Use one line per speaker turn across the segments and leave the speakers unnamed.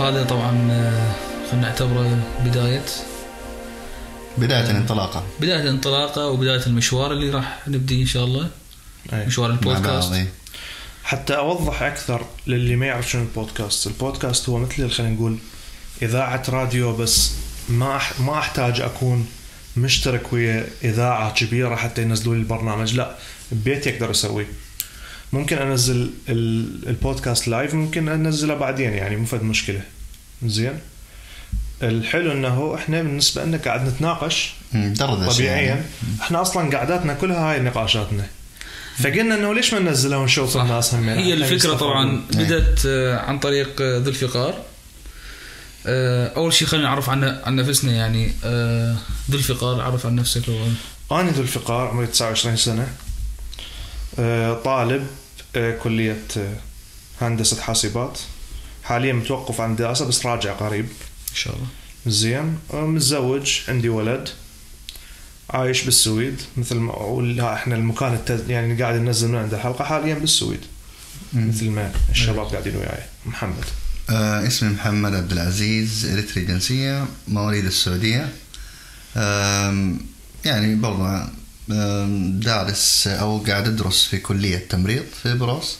هذا طبعا آه، خلينا نعتبره بداية
بدايه الانطلاقه
بداية الانطلاقة وبداية المشوار اللي راح نبدي إن شاء الله
أي.
مشوار
مع بعض إيه.
البودكاست
إي.
حتى اوضح اكثر للي ما يعرف شنو البودكاست، البودكاست هو مثل خلينا نقول اذاعه راديو بس ما أح ما احتاج اكون مشترك ويا اذاعه كبيره حتى ينزلوا لي البرنامج، لا ببيتي اقدر اسويه. ممكن انزل ال- البودكاست لايف ممكن انزله بعدين يعني مو فد مشكله. زين؟ الحلو انه احنا بالنسبه لنا قاعد نتناقش
ندردش
طبيعيا
يعني.
احنا اصلا قعداتنا كلها هاي نقاشاتنا فقلنا انه ليش ما ننزلها ونشوف
صح.
الناس هم يعني
هي الفكرة طبعا
إيه.
بدأت آه، عن طريق آه، ذو الفقار آه، أول شيء خلينا نعرف عن عن نفسنا يعني آه، ذو الفقار عرف عن نفسك أول
انا ذو الفقار عمري 29 سنه آه، طالب آه، كليه آه، هندسه حاسبات حاليا متوقف عن الدراسه بس راجع قريب
إن شاء الله
زين آه، متزوج عندي ولد عايش بالسويد مثل ما أقول، ها احنا المكان التز... يعني قاعد ننزل من عند الحلقه حاليا بالسويد
مم.
مثل ما الشباب قاعدين وياي محمد
آه اسمي محمد عبد العزيز اريتري جنسية مواليد السعودية آم، يعني برضه آم، دارس او قاعد ادرس في كلية تمريض في بروس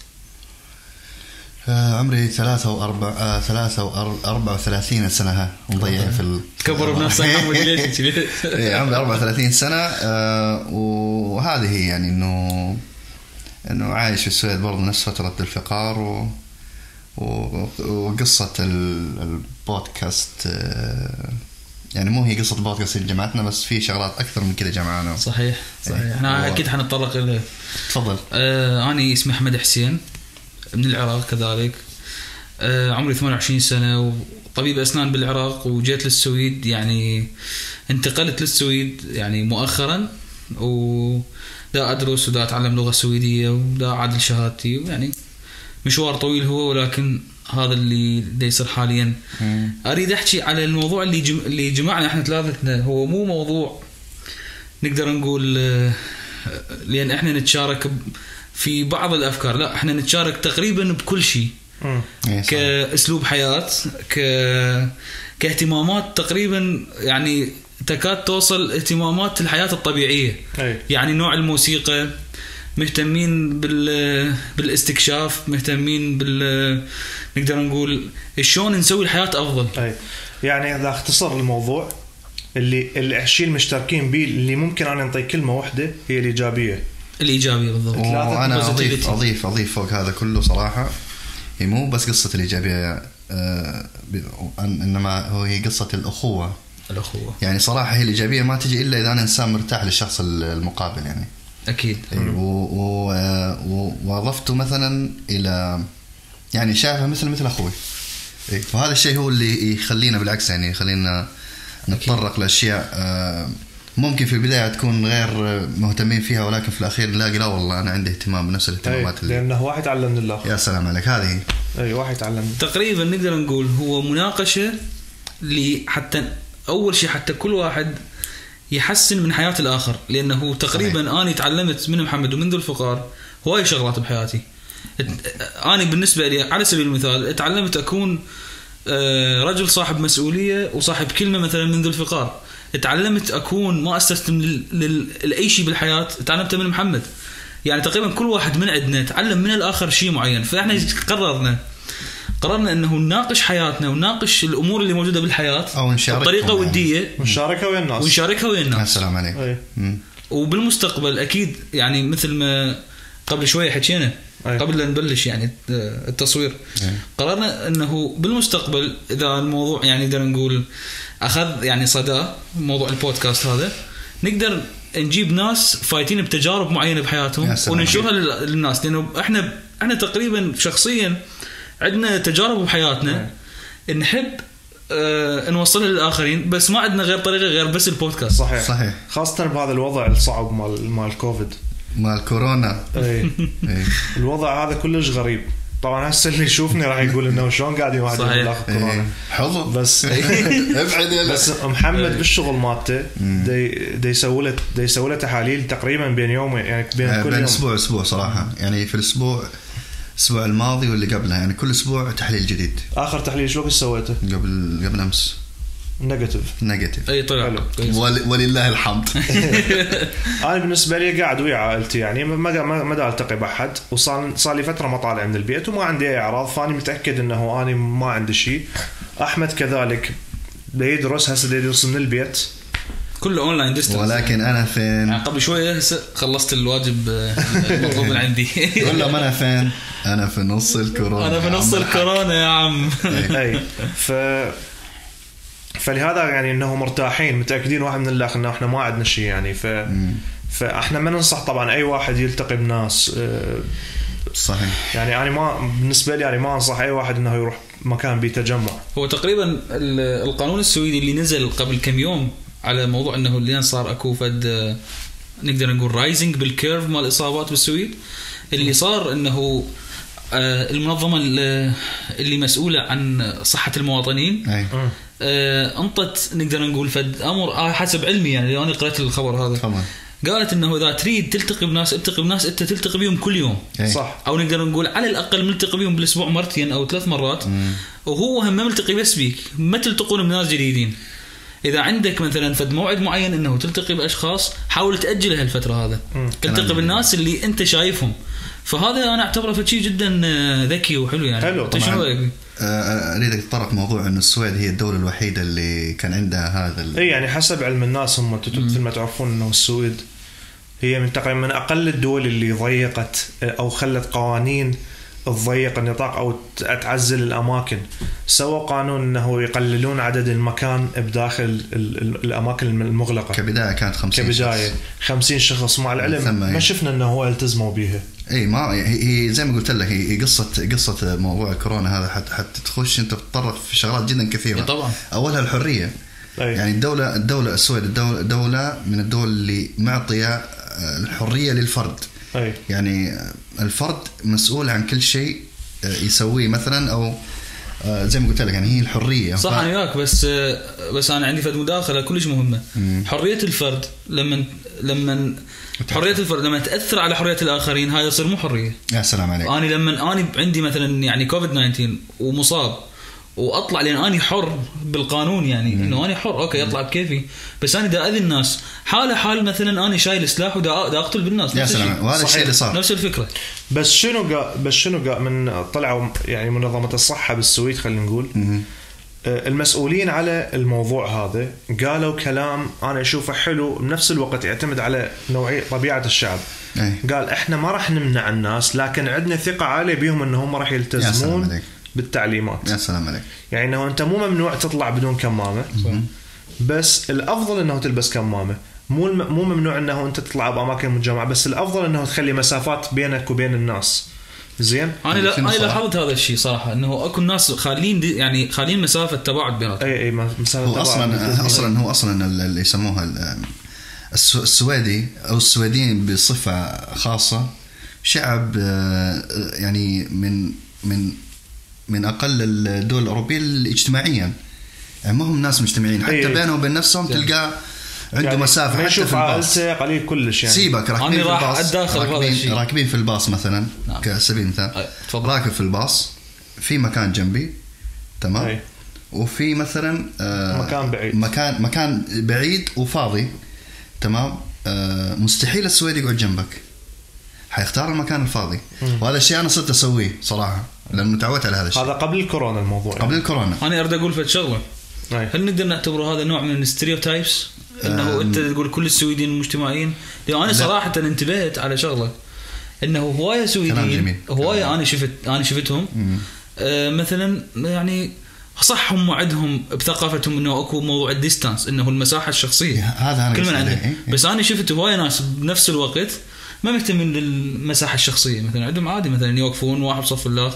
آه عمري ثلاثة وأربع آه ثلاثة وأربع وثلاثين سنة مضيع في ال...
كبر بنفسك محمد ليش كذي؟
إيه، عمري 34 سنة آه، وهذه هي يعني انه انه عايش في السويد برضه نفس فترة الفقار و و- وقصة ال- البودكاست آه، يعني مو هي قصة البودكاست اللي جمعتنا بس في شغلات أكثر من كذا جمعنا
صحيح
إيه.
صحيح احنا
والله.
اكيد حنتطرق لها
تفضل
آه انا اسمي احمد حسين من العراق كذلك آه عمري 28 سنه وطبيب اسنان بالعراق وجيت للسويد يعني انتقلت للسويد يعني مؤخرا و دا ادرس ودا اتعلم لغه سويديه ودا اعادل شهادتي يعني مشوار طويل هو ولكن هذا اللي دا يصير حاليا
مم.
اريد احكي على الموضوع اللي جم... اللي جمعنا احنا ثلاثتنا هو مو موضوع نقدر نقول آه، لان احنا نتشارك ب- في بعض الافكار لا احنا نتشارك تقريبا بكل شيء
مم.
إيه، صح.
كاسلوب حياه ك كاهتمامات تقريبا يعني تكاد توصل اهتمامات الحياه الطبيعيه
اي
يعني نوع الموسيقى مهتمين بال بالاستكشاف مهتمين بال نقدر نقول شلون نسوي الحياه افضل
اي يعني اذا اختصر الموضوع اللي الشيء المشتركين به اللي ممكن انا انطي كلمه واحده هي طيب. الايجابيه
الايجابي بالضبط
ثلاثة
وانا اضيف
positivity.
اضيف اضيف فوق هذا كله صراحه هي مو بس قصه الايجابيه آه، ب- إن- انما هو هي قصه الاخوه
الاخوه
يعني صراحه هي الايجابيه ما تجي الا اذا انا انسان مرتاح للشخص ال- المقابل يعني
اكيد
و- و- آه، و- واضفته مثلا الى يعني شايفه مثل مثل اخوي إيه، وهذا الشيء هو اللي يخلينا بالعكس يعني يخلينا نتطرق لاشياء آه، ممكن في البدايه تكون غير آه، مهتمين فيها ولكن في الاخير نلاقي لا والله انا عندي اهتمام بنفس
اي
الاهتمامات اللي
لانه واحد علمني الاخر
يا سلام عليك هذه هي.
اي واحد علمني
تقريبا نقدر نقول هو مناقشه ل- حتى اول شيء حتى كل واحد يحسن من حياه الاخر لانه تقريبا انا تعلمت من محمد ومن ذو الفقار هواي شغلات بحياتي ات- انا بالنسبه لي على سبيل المثال تعلمت اكون آه، رجل صاحب مسؤوليه وصاحب كلمه مثلا من ذو الفقار تعلمت اكون ما استسلم لل- لل- لاي شيء بالحياه تعلمته من محمد يعني تقريبا كل واحد من عندنا تعلم من الاخر شيء معين فاحنا قررنا قررنا انه نناقش حياتنا ونناقش الامور اللي موجوده بالحياه
أو نشاركهم
بطريقه
يعني.
وديه
ونشاركها ويا الناس
ونشاركها ويا
يا
نعم.
الناس
سلام عليك
اي
مم.
وبالمستقبل اكيد يعني مثل ما قبل شويه حكينا
أي.
قبل لا نبلش يعني التصوير
أي.
قررنا انه بالمستقبل اذا الموضوع يعني نقدر نقول اخذ يعني صدى موضوع البودكاست هذا نقدر نجيب ناس فايتين بتجارب معينه
يا
بحياتهم
سلام.
وننشرها لل- للناس لانه احنا احنا تقريبا شخصيا عندنا تجارب بحياتنا نحب آه، نوصلها للاخرين بس ما عندنا غير طريقه غير بس البودكاست
صحيح
صحيح.
خاصه بهذا الوضع الصعب مال مال كوفيد
مال كورونا
اي
إيه.
الوضع هذا كلش غريب طبعا هسه اللي يشوفني راح يقول انه شلون قاعدين واحد
صحيح.
يقول اخذ كورونا
إيه. حظ
بس-
ابعد يا
بس
بس
محمد بالشغل مالته دي دي يسوي له دي
آه،
يسوي له تحاليل تقريبا بين يومين يعني بين كل
إيه، بين
يوم
اسبوع اسبوع صراحه يعني في الاسبوع الاسبوع الماضي واللي قبلها يعني كل اسبوع تحليل جديد
اخر تحليل شو وقت سويته؟
قبل قبل امس
نيجاتيف
نيجاتيف
اي طلع
حلو.
طيب، كويس.
ول- ولله الحمد
انا بالنسبه لي قاعد ويا عائلتي يعني ما ما ما- ما دا التقي باحد وصار صار لي فتره ما طالع من البيت وما عندي اي اعراض فاني متاكد انه انا ما عندي شيء احمد كذلك دا يدرس هسه دا يدرس من البيت
كله اونلاين ديستنس
ولكن انا فين
يعني قبل شويه هسه خلصت الواجب آه، المطلوب من عندي
قول لهم انا فين انا في نص الكورونا
انا في نص
يا عم.
الكورونا يا عم
اي ف فلهذا يعني انه مرتاحين متاكدين واحد من الاخر انه احنا ما عندنا شيء يعني ف فاحنا ما ننصح طبعا اي واحد يلتقي بناس آه،
صحيح
يعني انا ما بالنسبه لي يعني ما انصح اي واحد انه يروح مكان بيه تجمع
هو تقريبا ال- القانون السويدي اللي نزل قبل كم يوم على موضوع انه الان صار اكو فد آه، نقدر نقول رايزنج بالكيرف مال الاصابات بالسويد اللي صار انه آه، المنظمه ال- اللي مسؤوله عن صحه المواطنين
اي
آه، انطت نقدر نقول فد امر آه، حسب علمي يعني لو انا قرأت الخبر هذا
تفضل
قالت انه اذا تريد تلتقي بناس التقي بناس انت تلتقي بيهم كل يوم
إي.
صح
او نقدر نقول على الاقل ملتقي بيهم بالاسبوع مرتين او ثلاث مرات وهو هم ما ملتقي بس بيك ما تلتقون بناس جديدين اذا عندك مثلا فد موعد معين انه تلتقي باشخاص حاول تاجل هالفتره هذا
مم.
تلتقي
كلام
بالناس اللي انت شايفهم فهذا انا اعتبره فشي جدا آه، ذكي وحلو يعني
حلو
أنت
طبعاً.
شنو رايك؟
آه، اريد اتطرق موضوع انه السويد هي الدوله الوحيده اللي كان عندها هذا ال-
اي يعني حسب علم الناس هم تت- مثل ما تعرفون انه السويد هي من تقريبا من اقل الدول اللي ضيقت او خلت قوانين تضيق النطاق او ت- تعزل الاماكن سوى قانون انه يقللون عدد المكان بداخل ال- ال- الاماكن الم- المغلقه
كبدايه كانت 50
كبدايه 50 شخص مع العلم
ثم
ما
هي.
شفنا انه هو التزموا بيها
اي ما هي- هي زي ما قلت لك هي هي قصه قصه موضوع الكورونا هذا حت حت تخش انت تتطرق في شغلات جدا كثيره
إي طبعاً.
اولها الحريه
أي.
يعني الدوله الدوله السويد الدوله دوله من الدول اللي معطيه آه، الحريه للفرد
اي
يعني آه، الفرد مسؤول عن كل شيء آه، يسويه مثلا او آه، زي ما قلت لك يعني هي الحريه
صح
ف-
انا وياك بس بس انا عندي فد مداخله كلش مهمه حريه الفرد لما لما حريه الفرد لما تاثر على حريه الاخرين هاي يصير مو حريه
يا سلام عليك
انا لما انا عندي مثلا يعني كوفيد 19 ومصاب واطلع لان اني حر بالقانون يعني انه اني حر اوكي اطلع بكيفي بس انا دا اذي الناس حاله حال مثلا اني شايل سلاح ودا دا اقتل بالناس
يا
نفس
سلام
الشيء.
وهذا
صحيح.
الشيء اللي صار
نفس الفكره
بس شنو قا بس شنو قا من طلعوا يعني منظمه الصحه بالسويد خلينا نقول آه، المسؤولين على الموضوع هذا قالوا كلام انا اشوفه حلو بنفس الوقت يعتمد على نوعيه طبيعه الشعب
أي.
قال احنا ما راح نمنع الناس لكن عندنا ثقه عاليه بهم انهم راح يلتزمون
عليك.
بالتعليمات
يا سلام عليك
يعني انه انت مو ممنوع تطلع بدون كمامه بس الافضل انه تلبس كمامه مو الم... مو ممنوع انه انت تطلع باماكن متجمعه بس الافضل انه تخلي مسافات بينك وبين الناس زين
انا لا
شنو
انا
صار؟
لاحظت هذا الشيء صراحه انه اكو ناس خالين دي- يعني خالين مسافه تباعد بيناتهم
اي اي ما- مسافه
هو
إيه، تبع-
اصلا اصلا هو اصلا ال- اللي يسموها ال- السو- السويدي او السويديين بصفه خاصه شعب آه، يعني من من من اقل الدول الاوروبيه اجتماعيا يعني ما هم ناس مجتمعين
إي
حتى
إي.
بينهم وبين نفسهم تلقى عنده
إيه. يعني
مسافه
ما
حتى
يشوف
في الباص
عائلته قليل كلش يعني
سيبك راكبين في
راح
الباص
أتداخل بهذا
راكبين,
الشيء.
راكبين في الباص مثلا
نعم.
كسبيل المثال
أي، تفضل.
راكب في الباص في مكان جنبي تمام
أي.
وفي مثلا آه
مكان بعيد.
مكان مكان بعيد وفاضي تمام آه مستحيل السويدي يقعد جنبك حيختار المكان الفاضي وهذا الشيء انا صرت اسويه صراحه لانه تعودت على هذا الشيء
هذا قبل الكورونا الموضوع
قبل الكورونا
انا اريد اقول فد شغله
يعني. أي.
هل نقدر نعتبره هذا نوع من الستيريوتايبس؟
آه،
انه انت تقول كل السويديين مجتمعين لان انا صراحه انتبهت على شغله انه هوايه
كلام جميل.
سويديين هوايه انا شفت انا شفتهم آه مثلا يعني صح هم عندهم بثقافتهم انه اكو موضوع الديستانس انه المساحه الشخصيه
هذا انا
كل من
قصدي
عنده
إيه، عليه. إي.
بس انا شفت هوايه ناس بنفس الوقت ما مهتمين للمساحه الشخصيه مثلا عندهم عادي مثلا يوقفون واحد بصف الاخ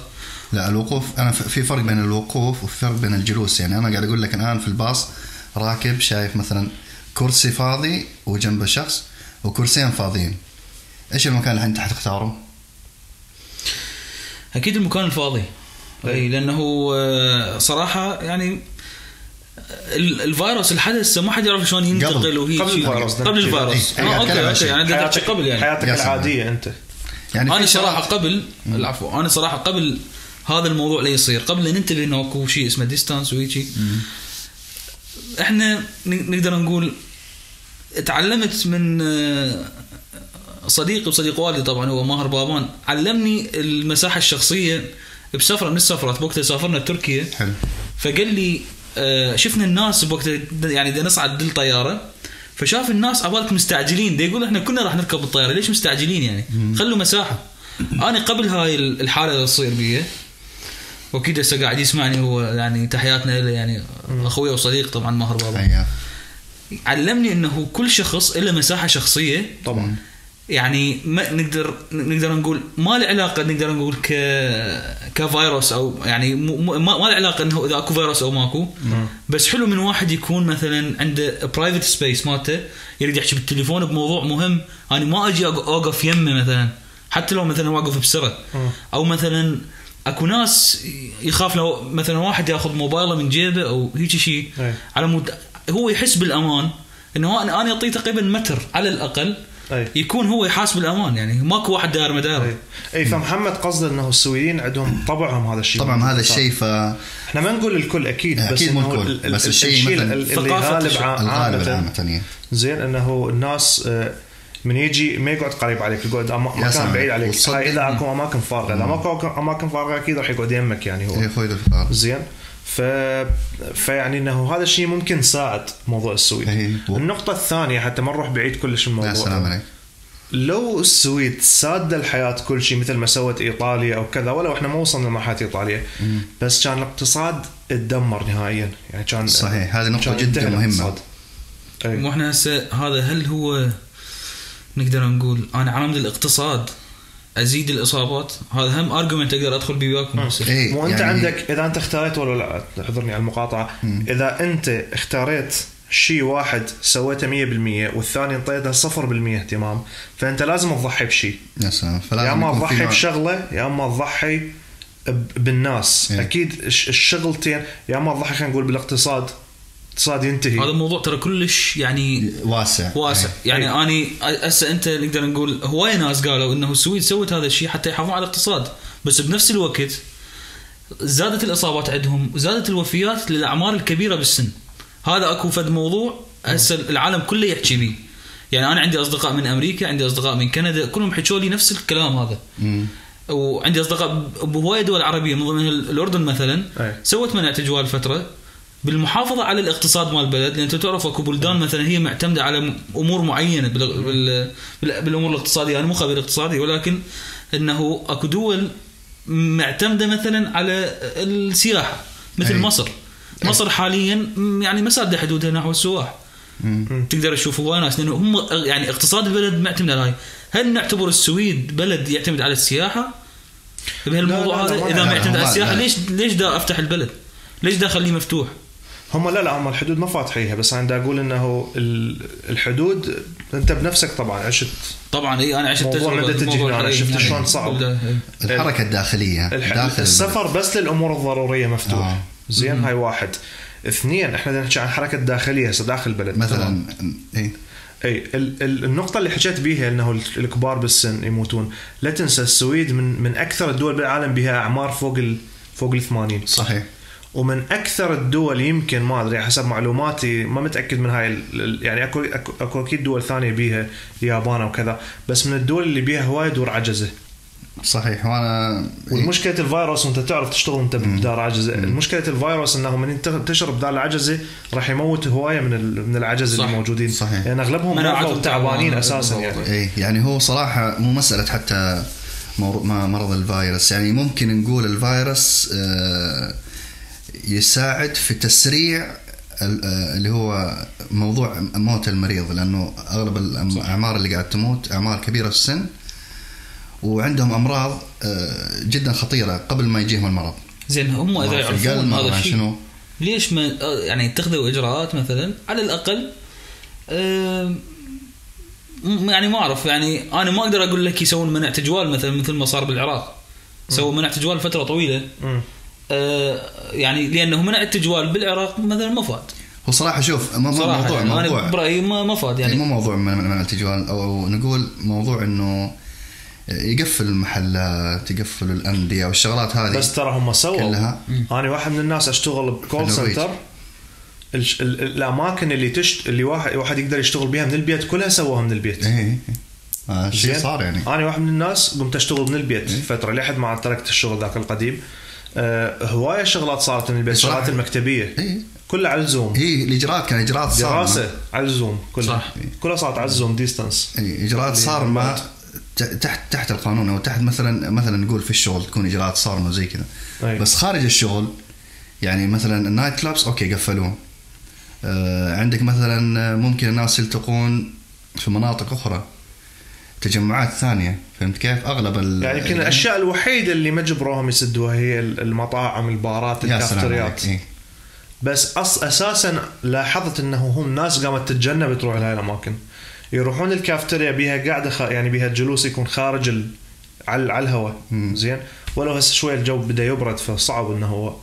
لا الوقوف انا ف- في فرق بين الوقوف وفي فرق بين الجلوس يعني انا قاعد اقول لك الان في الباص راكب شايف مثلا كرسي فاضي وجنبه شخص وكرسيين فاضيين ايش المكان اللي انت حتختاره؟
اكيد المكان الفاضي اي لانه آه، صراحه يعني ال- الفيروس الحدث ما حد يعرف شلون ينتقل
قبل-
وهي
قبل
شيء-
الفيروس ده
قبل
نحكي.
الفيروس
إيه،
آه،
أتكلم
اوكي
عن
اوكي
شيء.
يعني بدك تحكي قبل يعني
حياتك
يا سلام.
العاديه انت
يعني
انا
في
صراحه
شغلات-
قبل العفو انا صراحه قبل هذا الموضوع لا يصير قبل لا ننتبه انه اكو شيء اسمه ديستانس وهيجي احنا ن- نقدر نقول تعلمت من آه، صديقي وصديق والدي طبعا هو ماهر بابان علمني المساحه الشخصيه بسفره من السفرات بوقتها سافرنا تركيا
حلو
فقال لي آه، شفنا الناس بوقت يعني دا نصعد للطياره فشاف الناس عبالك مستعجلين دا يقول احنا كنا راح نركب الطياره ليش مستعجلين يعني خلوا مساحه انا قبل هاي ال- الحاله اللي تصير بي واكيد هسه قاعد يسمعني هو يعني تحياتنا له يعني اخوي وصديق طبعا ماهر بابا
أيوة.
علمني انه كل شخص له مساحه شخصيه
طبعا
يعني ما نقدر نقدر نقول ما له علاقه نقدر نقول ك كفيروس او يعني مو- مو- ما, ما له علاقه انه اذا اكو فيروس او ماكو بس حلو من واحد يكون مثلا عنده برايفت سبيس مالته يريد يحكي بالتليفون بموضوع مهم انا ما اجي أق- اوقف يمه مثلا حتى لو مثلا واقف بسرعه
مم.
او مثلا اكو ناس يخاف لو مثلا واحد ياخذ موبايله من جيبه او هيك شيء
أي.
على مود هو يحس بالامان انه انا أنا اعطيه تقريبا متر على الاقل
اي
يكون هو يحاسب الامان يعني ماكو واحد داير
اي
نعم.
مدار
اي إيه. فمحمد قصده انه السويدين عندهم طبعهم هذا الشيء
طبعا هذا الشيء ف
احنا ما نقول الكل اكيد بس
أكيد مو
إنه
الكل،
ال- ال-
بس الشيء مثلاً
ال- اللي
ثقافة
غالب
الشيء-
ع-
الغالب يعني.
عامه
العامة
زين انه الناس آه، من يجي ما يقعد قريب عليك يقعد أما- مكان
سلام. نعم.
بعيد عليك
وتصدق-
هاي اذا اكو اماكن فارغه اذا ماكو اماكن فارغه اكيد راح يقعد يمك يعني هو
اي اخوي إيه، الفقار
زين ف... فيعني انه هذا الشيء ممكن ساعد موضوع السويد
إيه.
النقطة الثانية حتى ما نروح بعيد كلش الموضوع
يا سلام عليك
لو السويد سادة الحياة كل شيء مثل ما سوت ايطاليا او كذا ولو احنا ما وصلنا لمرحلة ايطاليا بس كان الاقتصاد تدمر نهائيا يعني كان
صحيح، هذه نقطة
كان إيه.
جداً
انتهى
مهمة.
الاقتصاد.
مو
أي.
احنا هسه هذا هل هو نقدر نقول انا عامل الاقتصاد ازيد الاصابات هذا هم ارجيومنت اقدر ادخل بيه وياكم هسه
اي
مو انت
يعني-
عندك اذا انت اختاريت ولا لا اعذرني على المقاطعه اذا انت اختاريت شيء واحد سويته 100% والثاني انطيته 0% اهتمام فانت لازم تضحي بشيء
يا سلام فلازم
يا اما
يكون في
تضحي
نوع-
بشغله يا اما تضحي ب- بالناس
إيه.
اكيد الش- الشغلتين يا اما تضحي خلينا نقول بالاقتصاد الاقتصاد
هذا
ينتهي
موضوع ترى كلش
إيه.
يعني
واسع
واسع يعني اني هسه انت نقدر نقول هواي ناس قالوا انه السويد سوت هذا الشيء حتى يحافظون على الاقتصاد بس بنفس الوقت زادت الاصابات عندهم زادت الوفيات للاعمار الكبيره بالسن هذا اكو فد موضوع هسه العالم كله يحكي بيه يعني انا عندي اصدقاء من امريكا عندي اصدقاء من كندا كلهم حكوا لي نفس الكلام هذا
إيه. مم.
وعندي اصدقاء ب- بهوايه دول عربيه من ضمنها ال- الاردن مثلا
أي.
سوت منع تجوال فتره بالمحافظه على الاقتصاد مال البلد لان انت تعرف اكو بلدان مثلا هي معتمده على م- امور معينه بال... بال... بال... بالامور الاقتصاديه انا مو خبير اقتصادي ولكن انه اكو دول معتمده مثلا على السياحه مثل
أي.
مصر مصر حاليا م- يعني مساد حدودها نحو السواح
مم.
تقدر تشوف هواي ناس لانه هم يعني اقتصاد البلد معتمد على هاي هل نعتبر السويد بلد يعتمد على السياحه بهالموضوع
لا، لا،
هذا
ما
اذا
لا،
ما يعتمد
لا،
على
لا.
السياحه ليش ليش دا افتح البلد ليش دا اخليه مفتوح
هم لا لا هم الحدود ما فاتحيها بس انا دا اقول انه ال- الحدود انت بنفسك طبعا عشت
طبعا اي انا عشت
موضوع
تجربه
مدة
الموضوع
الجنان،
الحقيقي
شفت
يعني.
شلون صعب.
لا، إي.
الحركة الداخلية
الح-
داخل
السفر بس للامور الضروريه مفتوح
آه.
زين هاي واحد اثنين احنا بدنا نحكي عن حركه داخليه هسه داخل البلد
مثلا اي
اي ال- ال- النقطة اللي حكيت بيها انه ال- الكبار بالسن يموتون، لا تنسى السويد من من اكثر الدول بالعالم بها اعمار فوق ال فوق ال 80
صحيح
ومن اكثر الدول يمكن ما ادري حسب معلوماتي ما متاكد من هاي ال- ال- يعني اكو اكو, أكو اكيد دول ثانية بيها اليابان وكذا، بس من الدول اللي بيها هواي دور عجزة،
صحيح وانا إيه.
والمشكلة الفيروس وانت تعرف تشتغل انت بدار عجزة، مشكلة الفيروس انه من ينتشر بدار العجزة راح يموت هواية من ال- من العجزة
صح.
اللي موجودين،
صحيح.
يعني اغلبهم
مناعتهم
مرضى وتعبانين
تعبانة.
اساسا
بالضبط.
يعني.
اي يعني هو صراحة مو مسألة حتى مور- ما- مرض الفيروس يعني ممكن نقول الفيروس آه، يساعد في تسريع ال- آه، اللي هو موضوع موت المريض لانه اغلب الاعمار اللي قاعد تموت اعمار كبيره في السن وعندهم امراض آه، جدا خطيره قبل ما يجيهم المرض
زين هم
مرض
اذا
في القلب
يعرفون هذا
مرض
الشيء
شنو
ليش ما يعني اتخذوا اجراءات مثلا على الاقل آم، م- يعني ما اعرف يعني انا ما اقدر اقول لك يسوون منع تجوال مثلا مثل ما صار بالعراق سووا منع تجوال فتره طويله
مم.
آه، يعني لانه منع التجوال بالعراق مثلا ما فاد
هو صراحه شوف مو- مو-
صراحه
موضوع
يعني
موضوع
انا برايي ما ما فاد
يعني
يعني
مو موضوع من من من التجوال او أو نقول موضوع انه يقفل المحلات يقفل الانديه والشغلات هذه
بس ترى هم سووا
كلها.
انا واحد من الناس اشتغل بكول
بالنرويج.
سنتر الش- ال- ال- الاماكن اللي تشت اللي واحد واحد يقدر يشتغل بها من البيت كلها سووها من البيت
ايه آه شيء
زين؟
صار يعني إيه.
انا واحد من الناس قمت اشتغل من البيت فتره لحد ما تركت الشغل ذاك القديم آه هوايه شغلات صارت من البيت
صح.
الشغلات المكتبيه
ايه
كلها على الزوم
هي الاجراءات إيه، كان اجراءات صارمه
دراسه
نعم.
على الزوم كلها
صح.
كلها صارت على الزوم ديستانس
إيه، اجراءات صارمه ت- تحت تحت القانون او تحت مثلا مثلا نقول في الشغل تكون اجراءات صارمه زي كذا
أي.
بس خارج الشغل يعني مثلا النايت كلابس اوكي قفلوهم آه عندك مثلا ممكن الناس يلتقون في مناطق اخرى تجمعات ثانيه فهمت كيف؟ اغلب ال
يعني يمكن الاشياء الوحيده اللي ما جبروهم يسدوها هي المطاعم البارات
يا سلام
الكافتريات
عليك إيه.
بس أص... اساسا لاحظت انه هم ناس قامت تتجنب تروح لهاي الاماكن يروحون الكافتيريا بيها قاعده خ... يعني بيها جلوس يكون خارج ال... على, على الهواء زين ولو هسه شوي الجو بدا يبرد فصعب انه هو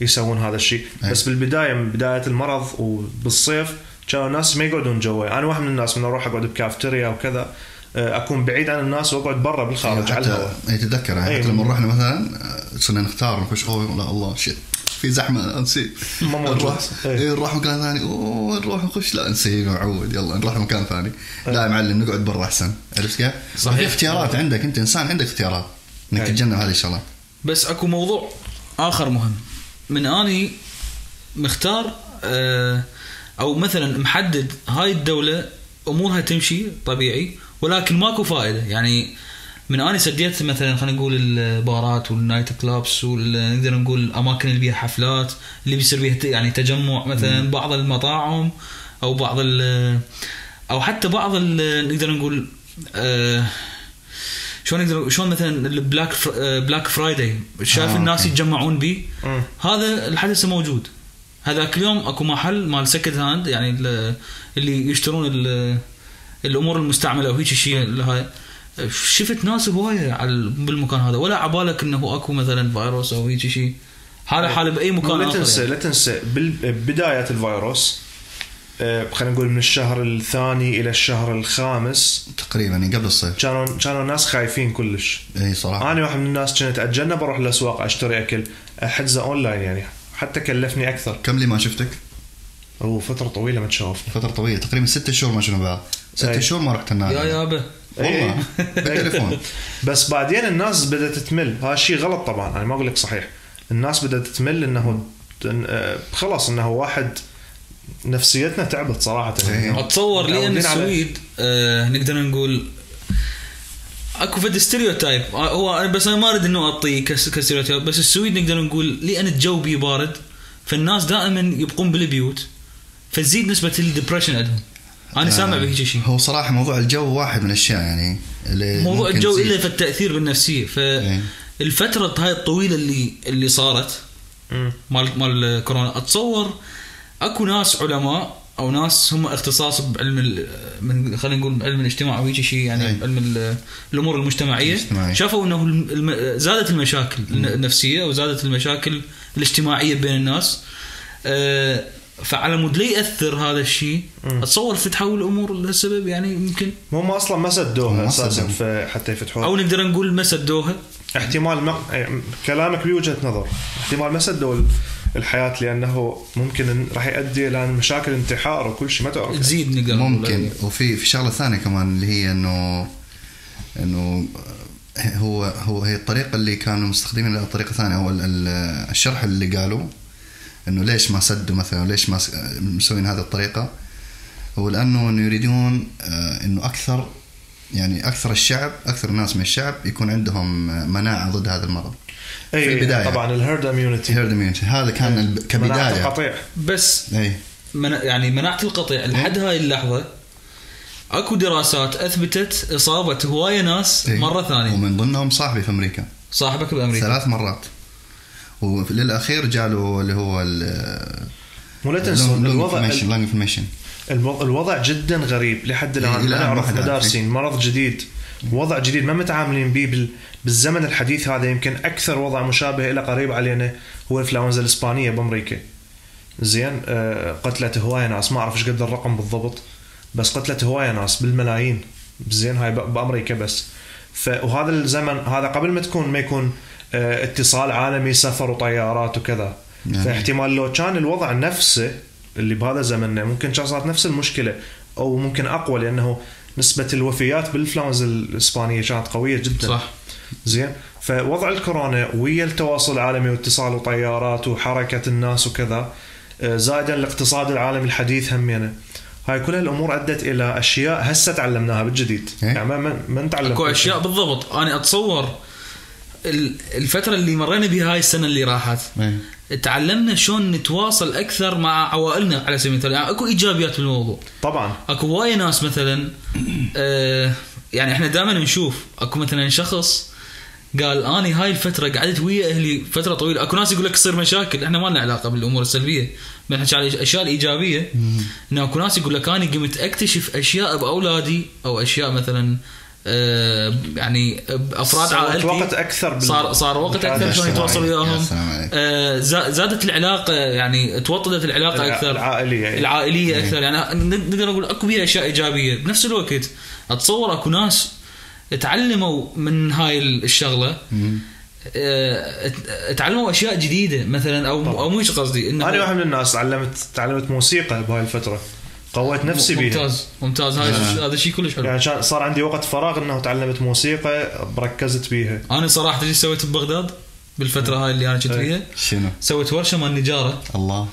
يسوون هذا الشيء
أي.
بس بالبدايه من بدايه المرض وبالصيف كانوا الناس ما يقعدون جوا انا واحد من الناس من اروح اقعد بكافتيريا وكذا آه، اكون بعيد عن الناس واقعد برا بالخارج على
حتى
الهواء
إيه، تتذكر يعني
أي.
حتى لما رحنا مثلا آه، صرنا نختار نخش اوه لا الله شيت في زحمه نسيب
ما موجود.
نروح
أي.
إيه، نروح مكان ثاني اوه نروح نخش لا نسيب معود يلا نروح مكان ثاني لا يا معلم نقعد برا احسن عرفت كيف؟
صحيح.
في اختيارات عندك انت انسان عندك اختيارات انك
أي.
تتجنب هذه الشغلات
بس اكو موضوع اخر مهم من اني مختار آه، او مثلا محدد هاي الدوله امورها تمشي طبيعي ولكن ماكو فائده يعني من اني سديت مثلا خلينا نقول البارات والنايت كلابس ونقدر نقول الاماكن اللي بيها حفلات اللي بيصير بيها ت- يعني تجمع مثلا بعض المطاعم او بعض ال او حتى بعض ال نقدر نقول آه شلون نقدر شلون مثلا البلاك فر- آه، بلاك فرايداي شايف
آه،
آه الناس
أوكي.
يتجمعون بيه
مم.
هذا الحدث موجود هذاك اليوم اكو محل مال سكند هاند يعني ال- اللي يشترون ال- الامور المستعمله وهيك شيء ال- هاي شفت ناس هوايه على ال- بالمكان هذا ولا عبالك انه اكو مثلا فيروس او هيك شيء هذا حاله باي مكان
لا
اخر
تنسى
يعني.
لا تنسى بداية الفيروس آه، خلينا نقول من الشهر الثاني الى الشهر الخامس
تقريبا يعني قبل الصيف إيه،
كانوا كانوا الناس خايفين كلش
اي صراحه
انا واحد من الناس كنت اتجنب اروح الاسواق اشتري اكل احجزه اونلاين يعني حتى كلفني اكثر
كم لي ما شفتك؟
هو فتره طويله ما تشوفنا
فتره طويله تقريبا ست شهور ما شفنا بعض ست
أي.
شهور ما رحت
يا
النادي
يابا
أي.
والله بالتليفون
بس بعدين الناس بدات تمل هذا الشيء غلط طبعا انا ما اقول لك صحيح الناس بدات تمل انه إن- آه، خلاص انه واحد نفسيتنا تعبت صراحه
إيه.
اتصور لان
متعودين على-
السويد آه نقدر نقول اكو فد ستيريوتايب هو أنا بس انا ما اريد انه اعطيه كس- كستيريوتايب بس السويد نقدر نقول لان الجو بيه بارد فالناس دائما يبقون بالبيوت فتزيد نسبه الدبرشن عندهم انا سامع
آه،
بهيج شيء
هو صراحه موضوع الجو واحد من الاشياء يعني اللي
موضوع
ممكن
الجو
تزيد.
الا في التاثير بالنفسيه
إيه.
فالفتره هاي الطويله اللي اللي صارت
مم.
مال مال كورونا اتصور اكو ناس علماء او ناس هم اختصاص بعلم ال- من خلينا نقول بعلم الاجتماع او هيجي شيء يعني
أي.
علم ال- الامور المجتمعيه
الاجتماعية.
شافوا انه الم- الم- زادت المشاكل النفسيه وزادت المشاكل الاجتماعيه بين الناس آه، فعلى مود لا ياثر هذا الشيء اتصور فتحوا الامور لسبب يعني يمكن
هم اصلا ما سدوها
ما
اساسا
سدوها.
ف- حتى يفتحوها
او نقدر نقول ما سدوها
احتمال ما... يعني كلامك بوجهه نظر احتمال ما سدوا ال- الحياه لانه ممكن إن راح يؤدي الى مشاكل انتحار وكل شيء ما تعرف يعني.
تزيد نقدر نقول.
ممكن وفي في شغله ثانيه كمان اللي هي انه انه هو هو هي الطريقه اللي كانوا مستخدمين لها طريقه ثانيه او ال- ال- الشرح اللي قالوا انه ليش ما سدوا مثلا ليش ما س- مسوين هذه الطريقه هو لانه انه يريدون آه، انه اكثر يعني اكثر الشعب اكثر الناس من الشعب يكون عندهم آه، مناعه ضد هذا المرض
إيه،
في البداية.
طبعا الهيرد اميونيتي
هيرد immunity هذا كان الب- كبدايه
قطيع
بس
اي
من يعني مناعة القطيع لحد هاي اللحظة اكو دراسات اثبتت اصابة هواية ناس
إيه.
مرة ثانية
ومن ضمنهم صاحبي في امريكا
صاحبك بامريكا
ثلاث مرات وللاخير جاله اللي هو ال-
ولا تنسوا
lung- lung
الوضع
inflammation- lung inflammation.
الو- الوضع جدا غريب لحد الان
إلى
ما
الآن ما
نعرف
حد عارف.
مدارسين مرض جديد وضع جديد ما متعاملين به بال... بالزمن الحديث هذا يمكن اكثر وضع مشابه الى قريب علينا هو الانفلونزا الاسبانيه بامريكا زين آه قتلت هوايه ناس ما اعرف ايش قد الرقم بالضبط بس قتلت هوايه ناس بالملايين زين هاي ب... بامريكا بس ف... وهذا الزمن هذا قبل ما تكون ما يكون آه، اتصال عالمي سفر وطيارات وكذا
نعم.
فاحتمال لو كان الوضع نفسه اللي بهذا زمننا ممكن كان صارت نفس المشكله او ممكن اقوى لانه نسبه الوفيات بالانفلونزا الاسبانيه كانت قويه جدا
صح
زين فوضع الكورونا ويا التواصل العالمي واتصال وطيارات وحركه الناس وكذا آه، زائدا الاقتصاد العالمي الحديث همينه هاي كل هالامور ادت الى اشياء هسه تعلمناها بالجديد
إيه.
يعني ما ما- ما نتعلم
اكو اشياء بالضبط انا اتصور ال- الفتره اللي مرينا بها هاي السنه اللي راحت
إيه.
تعلمنا شلون نتواصل اكثر مع عوائلنا على سبيل المثال يعني اكو ايجابيات بالموضوع
طبعا
اكو وايد ناس مثلا آه يعني احنا دائما نشوف اكو مثلا شخص قال اني هاي الفتره قعدت ويا اهلي فتره طويله اكو ناس يقول لك تصير مشاكل احنا ما لنا علاقه بالامور السلبيه بنحكي على الاشياء الايجابيه ان اكو ناس يقول لك اني قمت اكتشف اشياء باولادي او اشياء مثلا آه يعني بافراد
صار
عائلتي
وقت أكثر بال-
صار صار وقت اكثر
بالعادة
شلون يتواصل
الاجتماعية. يا
وياهم
سلام عليك.
آه زا- زادت العلاقه يعني توطدت العلاقه
الع-
اكثر
العائلية، يعني.
العائليه اكثر يعني نقدر نقول اكو بيها اشياء ايجابيه بنفس الوقت اتصور اكو ناس تعلموا من هاي الشغله آه، ت- تعلموا اشياء جديده مثلا او او مو إيش قصدي انه
انا واحد من الناس تعلمت تعلمت موسيقى بهاي الفتره قويت نفسي بيها
ممتاز ممتاز هذا هذا شيء كلش حلو
يعني كان صار عندي وقت فراغ انه تعلمت موسيقى ركزت بيها
انا صراحه ايش سويت ببغداد بالفتره هاي اللي انا كنت
إيه.
فيها
شنو؟
سويت ورشه مال نجاره
الله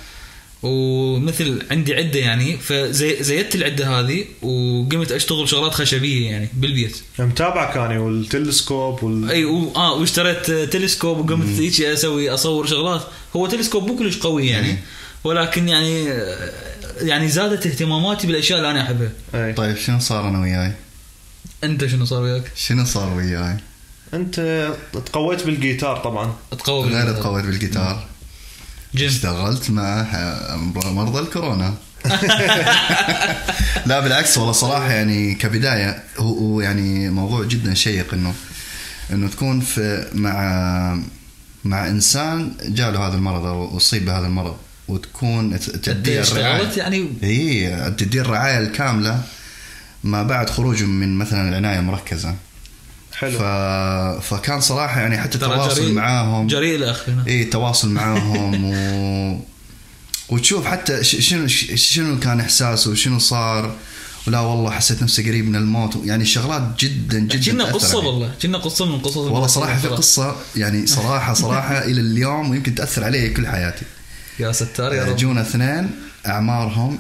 ومثل عندي عده يعني فزيدت العده هذه وقمت اشتغل شغلات خشبيه يعني بالبيت
متابعه كاني والتلسكوب وال...
اي و... اه واشتريت آه، تلسكوب وقمت هيك اسوي اصور شغلات هو تلسكوب مو كلش قوي يعني ولكن يعني آه، يعني زادت اهتماماتي بالاشياء اللي انا احبها
أي.
طيب شنو صار انا وياي؟
انت شنو صار وياك؟
شنو صار وياي؟
انت تقويت بالجيتار طبعا
تقوي
غير
بالجيتار.
تقويت بالجيتار
جيم
اشتغلت مع ح- مرضى الكورونا لا بالعكس والله صراحه يعني كبدايه هو هو يعني موضوع جدا شيق انه انه تكون في مع مع انسان جاله هذا المرض او اصيب بهذا المرض وتكون ت-
انت
تديه الرعايه
اشتغلت يعني
هي تديه الرعايه الكامله ما بعد خروجه من مثلا العنايه المركزه
حلو
ف... فكان صراحه يعني حتى
ترى
التواصل
جريء-
معاهم إيه،
جريء الاخ هنا
اي تواصل معاهم و... وتشوف حتى ش- شنو ش- شنو كان احساسه وشنو صار ولا والله حسيت نفسي قريب من الموت يعني شغلات جدا جدا
كنا
تأثر
قصه
عليه.
والله كنا قصه من قصص
والله صراحه في
الفترة.
قصه يعني صراحه صراحه الى اليوم ويمكن تاثر علي كل حياتي
يا ستار يا رب
جونا اثنين اعمارهم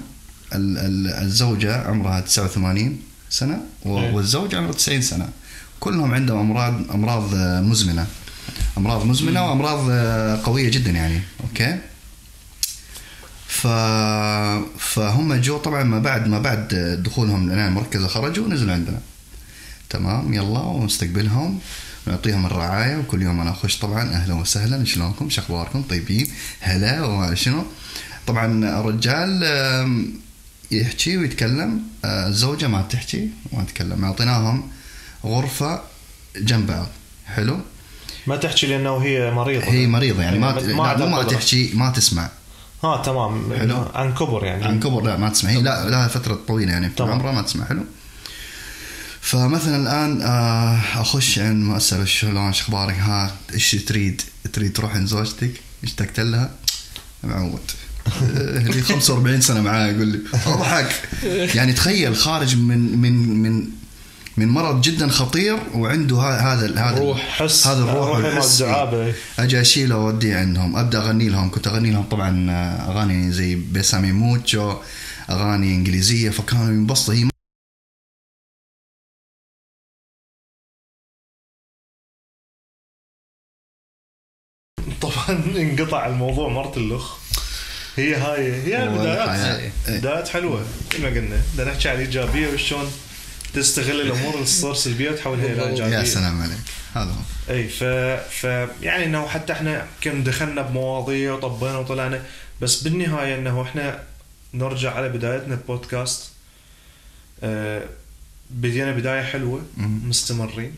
ال- ال- الزوجه عمرها 89 سنه و-
إيه.
والزوج عمره 90 سنه كلهم عندهم امراض امراض آه، مزمنه امراض مزمنه وامراض آه، قويه جدا يعني اوكي ف... فهم جو طبعا ما بعد ما بعد دخولهم العنايه المركزه خرجوا ونزلوا عندنا تمام يلا ونستقبلهم ونعطيهم الرعايه وكل يوم انا اخش طبعا اهلا وسهلا شلونكم شو اخباركم طيبين هلا وما شنو طبعا الرجال آم، يحكي ويتكلم آه، الزوجه ما تحكي وما تتكلم اعطيناهم غرفه جنب بعض حلو
ما تحكي لانه هي مريضه
هي مريضه يعني ما
يعني
لا،
ما عندها
مو ما
قدرة.
تحكي ما تسمع
ها تمام
حلو.
عن كبر يعني
عن كبر لا ما تسمع هي لا لها فتره طويله يعني في
طبعا.
عمرها ما تسمع حلو فمثلا الان آه، اخش عند مؤسسه شلون ايش اخبارك ها ايش تريد؟ تريد تروح عند زوجتك؟ اشتقت لها؟ معود آه، لي 45 سنه معاه يقول لي اضحك يعني تخيل خارج من من من من مرض جدا خطير وعنده ه- هذا هذا
روح،
حس
هذا الروح
روحي مال
والحس.
الدعابه
اجي اشيله واوديه عندهم ابدا اغني لهم كنت اغني لهم طبعا اغاني زي بيسامي موتشو اغاني انجليزيه فكانوا ينبسطوا هي
طبعا انقطع الموضوع مرت الاخ هي هاي هي البدايات
والحياة. إيه.
بدايات حلوه مثل ما قلنا بدنا نحكي عن الايجابيه وشلون تستغل الامور اللي تصير سلبيه وتحولها الى
يا
ايجابيه
سلام عليك هذا هو
اي ف... ف يعني انه حتى احنا كم دخلنا بمواضيع وطبينا وطلعنا بس بالنهايه انه احنا نرجع على بدايتنا ببودكاست آه بدينا بدايه حلوه
مم.
مستمرين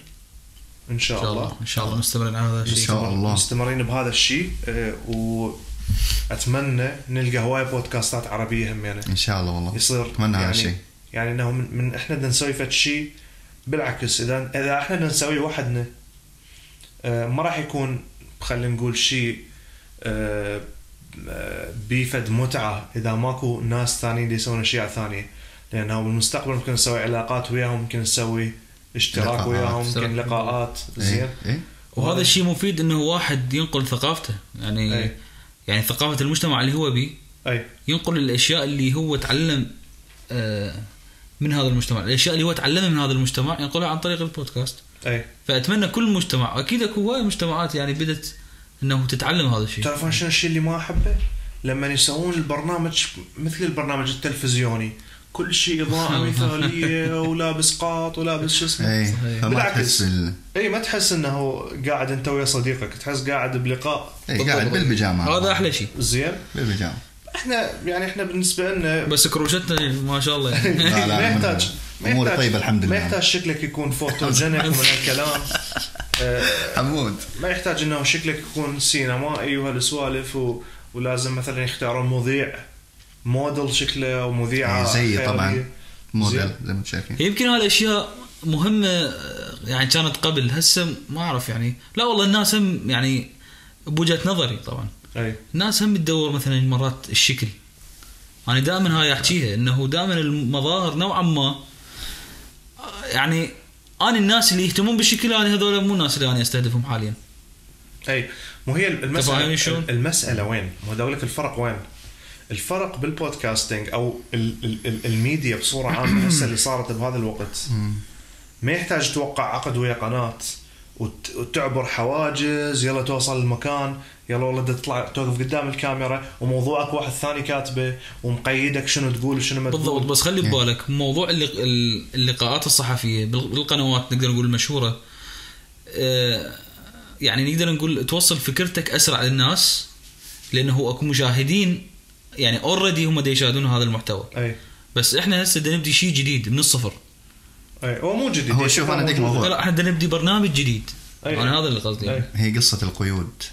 ان
ان
شاء
شاء
الله
الله ان شاء الله مستمرين على هذا
إن
الشيء
شاء الله.
مستمرين بهذا الشيء آه، واتمنى نلقى هواي بودكاستات يعني. عربيه همينه
ان شاء الله والله
يصير
اتمنى
يعني
هالشيء
يعني انه من, من احنا بدنا نسوي فد شيء بالعكس اذا اذا احنا بدنا نسويه وحدنا آه، ما راح يكون خلينا نقول شيء آه، آه، بيفد متعه اذا ماكو ناس ثانيين اللي يسوون اشياء ثانيه لانه بالمستقبل ممكن نسوي علاقات وياهم ممكن نسوي اشتراك
لقاءات،
وياهم
اشتراك.
ممكن لقاءات زين
إيه، إيه.
وهذا الشيء مفيد انه واحد ينقل ثقافته يعني
إيه.
أي.
يعني ثقافه المجتمع اللي هو بيه
اي
ينقل الاشياء اللي هو تعلم آه، من هذا المجتمع الاشياء اللي هو تعلمها من هذا المجتمع ينقلها عن طريق البودكاست
اي
فاتمنى كل مجتمع اكيد اكو هواي مجتمعات يعني بدت انه تتعلم هذا الشيء
تعرفون شنو الشيء اللي ما احبه؟ لما يسوون البرنامج مثل البرنامج التلفزيوني كل شيء اضاءه مثاليه ولابس قاط ولابس شو اسمه
إيه.
صحيح.
فما
بالعكس.
تحس ال-
اي ما تحس انه قاعد انت ويا صديقك تحس قاعد بلقاء
إيه، قاعد بالبيجامه
هذا احلى شيء
زين
بالبيجامه
احنا يعني احنا بالنسبه لنا
بس كروشتنا ما شاء الله يعني.
لا، لا،
ما
أنا
يحتاج ما
أموري
يحتاج-
طيبة الحمد لله.
ما يحتاج شكلك يكون فوتوجينيك ومن هالكلام آه،
حمود
ما يحتاج انه شكلك يكون سينمائي وهالسوالف و... ولازم مثلا يختارون مذيع موديل شكله ومذيعه
إيه، زيي
خيرية.
طبعاً. موديل
يعني. زين.
زي ما انتم شايفين
يمكن هالاشياء مهمه آه، يعني كانت قبل هسه ما اعرف يعني لا والله الناس هم يعني بوجهه نظري طبعا
اي
الناس هم تدور مثلا مرات الشكل انا دائما هاي احكيها انه دائما المظاهر نوعا ما آه، يعني انا الناس اللي يهتمون بالشكل انا هذول مو الناس اللي انا استهدفهم حاليا
اي مو هي
تفاهمني
المساله
شلون؟
المساله وين؟ مو هذا أقول لك الفرق وين؟ الفرق بالبودكاستنج او ال ال ال الميديا بصوره عامه هسه اللي صارت بهذا الوقت ما يحتاج توقع عقد ويا قناه وت- وتعبر حواجز يلا توصل المكان يلا والله بدك تطلع توقف قدام الكاميرا وموضوعك واحد ثاني كاتبه ومقيدك شنو تقول وشنو ما
بالضبط
تقول
بس خلي ببالك موضوع اللق- ال- اللقاءات الصحفيه بال- بالقنوات نقدر نقول المشهوره آه، يعني نقدر نقول توصل فكرتك اسرع للناس لانه اكو مشاهدين يعني اوريدي هم دا يشاهدون هذا المحتوى
اي
بس احنا هسه دا نبدي شيء جديد من الصفر
اي هو مو جديد
هو شوف أنا أديك
موجود.
موضوع.
لا لا احنا بدنا نبدي برنامج جديد
أي.
انا هذا اللي قصدي
أي.
يعني.
هي قصة القيود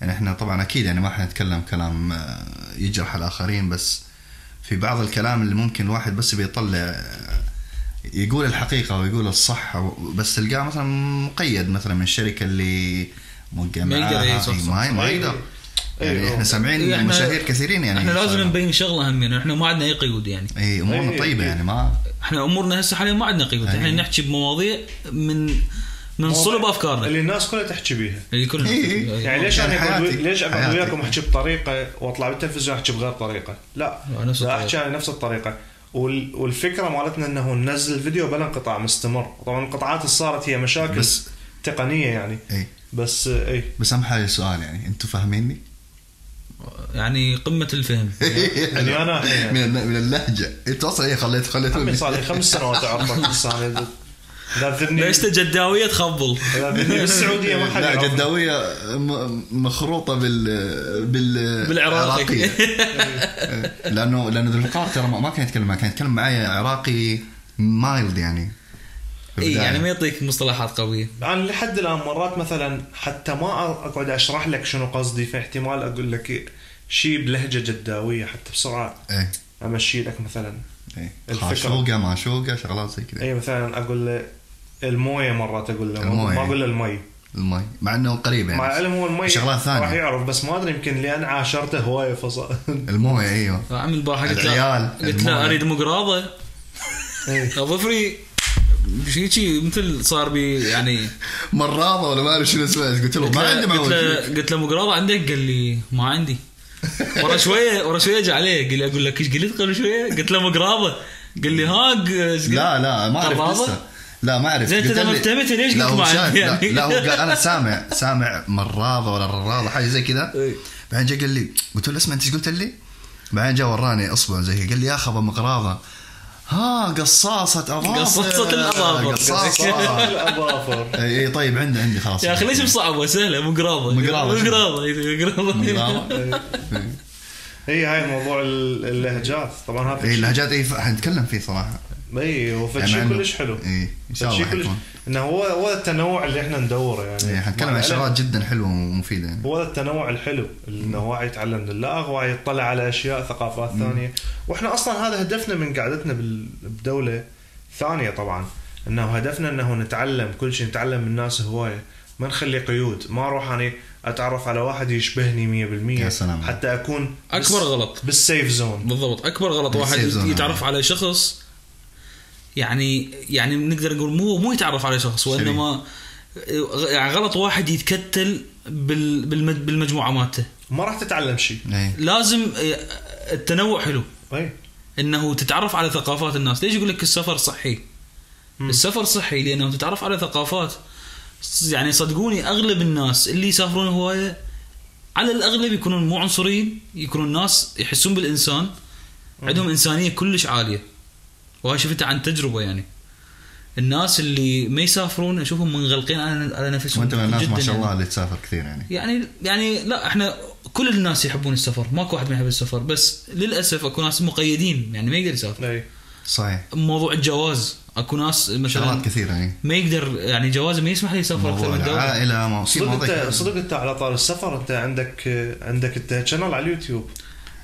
يعني احنا طبعا اكيد يعني ما حنتكلم كلام آه، يجرح الاخرين بس في بعض الكلام اللي ممكن الواحد بس بيطلع آه، يقول الحقيقة ويقول الصح و- بس تلقاه مثلا مقيد مثلا من الشركة اللي موقع
ما يقدر
معاها،
يصحصح.
ما ما
أي.
يقدر
أي.
يعني احنا
إيه، إحنا-
سامعين مشاهير كثيرين يعني
احنا لازم نبين شغله همين احنا ما عندنا اي قيود يعني
اي امورنا
أي.
طيبة يعني ما
احنا امورنا هسه حاليا ما عندنا قيود احنا
أي.
نحكي بمواضيع من من صلب افكارنا
اللي الناس كلها تحكي بيها
اللي كلنا
إي إي.
أي.
يعني ليش
يعني
انا اقعد
حياتي.
وي- ليش اقعد
حياتي.
وياكم احكي بطريقه واطلع بالتلفزيون احكي بغير طريقه؟ لا
لا، نفس
لا
الطريقة.
احكي على نفس الطريقه وال- والفكره مالتنا انه ننزل فيديو بلا انقطاع مستمر، طبعا القطعات اللي صارت هي مشاكل
بس-
بس تقنيه يعني
اي
بس آه، اي
بس اهم حاجة سؤال يعني انتم فاهميني؟
يعني قمه الفهم
يعني أنا-
من الل- من اللهجة انت اصلا ايه خليت
عمي
خليت
صار لي خمس سنوات اعرفك بس انا ذبني
ليش جداويه تخبل
ذبني بالسعوديه ما حد
لا
يعرفني.
جداوية م- مخروطة بال بال
بالعراقي. إيه،
العراقية. لأنه لأنه ذو الفقار ترى ما ما كان يتكلم معي كان يتكلم معي عراقي مايلد يعني في
إيه،
اي يعني
البداية.
ما يعطيك مصطلحات قويه
انا لحد الان مرات مثلا حتى ما اقعد اشرح لك شنو قصدي فاحتمال اقول لك شيء بلهجه جداويه حتى بسرعه
إيه
امشي لك مثلا
إيه
الفكرة. إيه.
خاشوقة معشوقة شغلات زي كذا
اي مثلا اقول له المويه مرات اقول له
الموية.
ما اقول له المي
المي مع أنه قريبة يعني
مع العلم هو المي
شغلات
راح
ثانية
يعرف بس ما ادري يمكن لان عاشرته هوايه فص
الموية أيوه
عمي البارحه قلت له
العيال،
قلت له
المال.
اريد مقراضه
إي.
اضيف لي شي شي مثل صار بي يعني
مراضة ولا ما أعرف شنو اسمها قلت له
قلت
ما
له-
عندي
قلت
معوج
له قلت له مقراضه عندك قال لي ما عندي ورا شويه ورا شويه اجى عليه قال لي اقول لك ايش قلت قبل شويه قلت له مقراضه قال لي ها ق- إيش قلت؟
لا لا ما اعرف
طرابة؟
لسه لا ما اعرف
زين أنت
قلت
لما
لي-
انتبهت ليش
لا
قلت
هو
ما
شاهد
عندي
لا,
يعني؟
لا هو قال انا سامع سامع مراضه ولا الراضه حاجه زي كذا
إيه.
بعدين جا قال لي قلت له اسمع انت ايش قلت لي؟ بعدين جا وراني اصبع زي كذا قال لي يا خبا مقراضه ها قصاصة أظافر
قصاصة الأظافر.
قصاصة
الاظافر
اي إي، طيب عندي عندي خلاص
يا اخي ليش مصعبه سهله مقراضه
مقراضة شنو؟
مقراضه إي، مقراضه
مقراضة؟
هي إيه. هاي موضوع ال- اللهجات طبعا هذا
اي
شيء-
إيه، اللهجات اي حنتكلم فيه صراحة
اي هو فد
يعني
شيء
عنده-
كلش حلو
اي ان شاء
فد شيء
الله حيكون
انه هو هو ذا التنوع اللي احنا ندوره يعني
إي، حنتكلم عن
مع العلم
شغلات جدا حلوة ومفيدة يعني
هو ذا التنوع الحلو انه واعي يتعلم من اللغه واعي يطلع على اشياء ثقافات ثانيه واحنا اصلا هذا هدفنا من قعدتنا بال- بدوله ثانيه طبعا انه هدفنا انه نتعلم كل شيء نتعلم من الناس هوايه ما نخلي قيود ما اروح انا اتعرف على واحد يشبهني 100%
يا سلام.
حتى اكون
أكبر غلط.
بالسيف زون
بالضبط اكبر غلط واحد
السيف زون
يتعرف
هذا.
على شخص يعني يعني نقدر نقول مو مو يتعرف على شخص
شبيه.
وانما يعني غلط واحد يتكتل بال بالمج- بالمجموعه مالته
ما راح تتعلم شيء
إيه.
لازم آه، التنوع حلو
اي
انه تتعرف على ثقافات الناس ليش يقول لك السفر صحي
مم.
السفر صحي لانه تتعرف على ثقافات يعني صدقوني اغلب الناس اللي يسافرون هوايه على الاغلب يكونون مو عنصريين يكونون ناس يحسون بالانسان عندهم انسانيه كلش عاليه وهاي شفتها عن تجربه يعني الناس اللي ما يسافرون اشوفهم منغلقين على على نفسهم
وانت من الناس ما
جداً
شاء
يعني.
الله اللي تسافر كثير يعني
يعني يعني لا احنا كل الناس يحبون السفر ماكو واحد ما يحب السفر بس للاسف اكو ناس مقيدين يعني ما يقدر يسافر
اي
صحيح
موضوع الجواز اكو ناس مثلا
شغلات كثيره يعني
ما يقدر يعني جوازه ما يسمح له يسافر اكثر
موضوع
من دوله
العائله مو- في
صدق
مواضيع
انت
كثيرة.
صدق انت على طار السفر انت عندك عندك انت شانل على اليوتيوب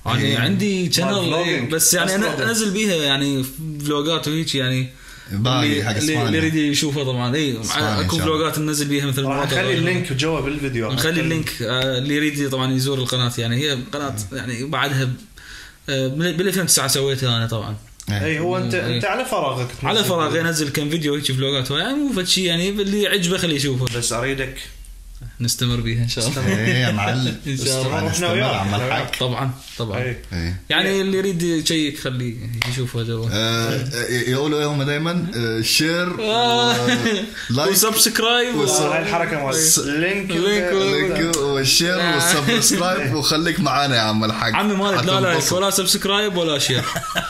انا يعني
يعني
عندي
مال
شانل
vlogging.
بس يعني
بس vlogging.
انا انزل بيها يعني فلوجات وهيك يعني
باقي حق
اللي- اللي اللي
اسبانيا
يريد يشوفها إيه، طبعا اي
إسبانيا إن
اكو
شاء الله.
فلوجات ننزل بيها مثل
راح
مرات
نخلي
أو-
اللينك جوا بالفيديو
نخلي اللينك آه، اللي يريد طبعا يزور القناه يعني هي قناه يعني بعدها ب- آه، بال- بال 2009 سويتها انا طبعا
إيه.
أيوة.
اي إيه، هو انت انت على فراغك تنزل.
على فراغ انزل كم فيديو هيك فلوجات يعني مو فد شيء يعني اللي عجبه خليه يشوفه
بس اريدك
نستمر بيها ان شاء الله
ايه يا معلم
إن شاء الله.
طبعاً
إحنا
استمر
وياك، إيه.
عم
إحنا
الحق.
وياك.
طبعا طبعا
اي
إيه.
يعني اللي يريد يشيك خليه يشوفه جوا
آه، يقولوا ايه هم دايما آه، شير لايك
وسبسكرايب إيه. و-
وس-
هاي الحركه مال إيه. اللينك
اللينك و-
لينك والشير والسبسكرايب وخليك معانا يا عم الحاج
آه. عمي مالك لا لايك
حتنبسط.
ولا سبسكرايب ولا شير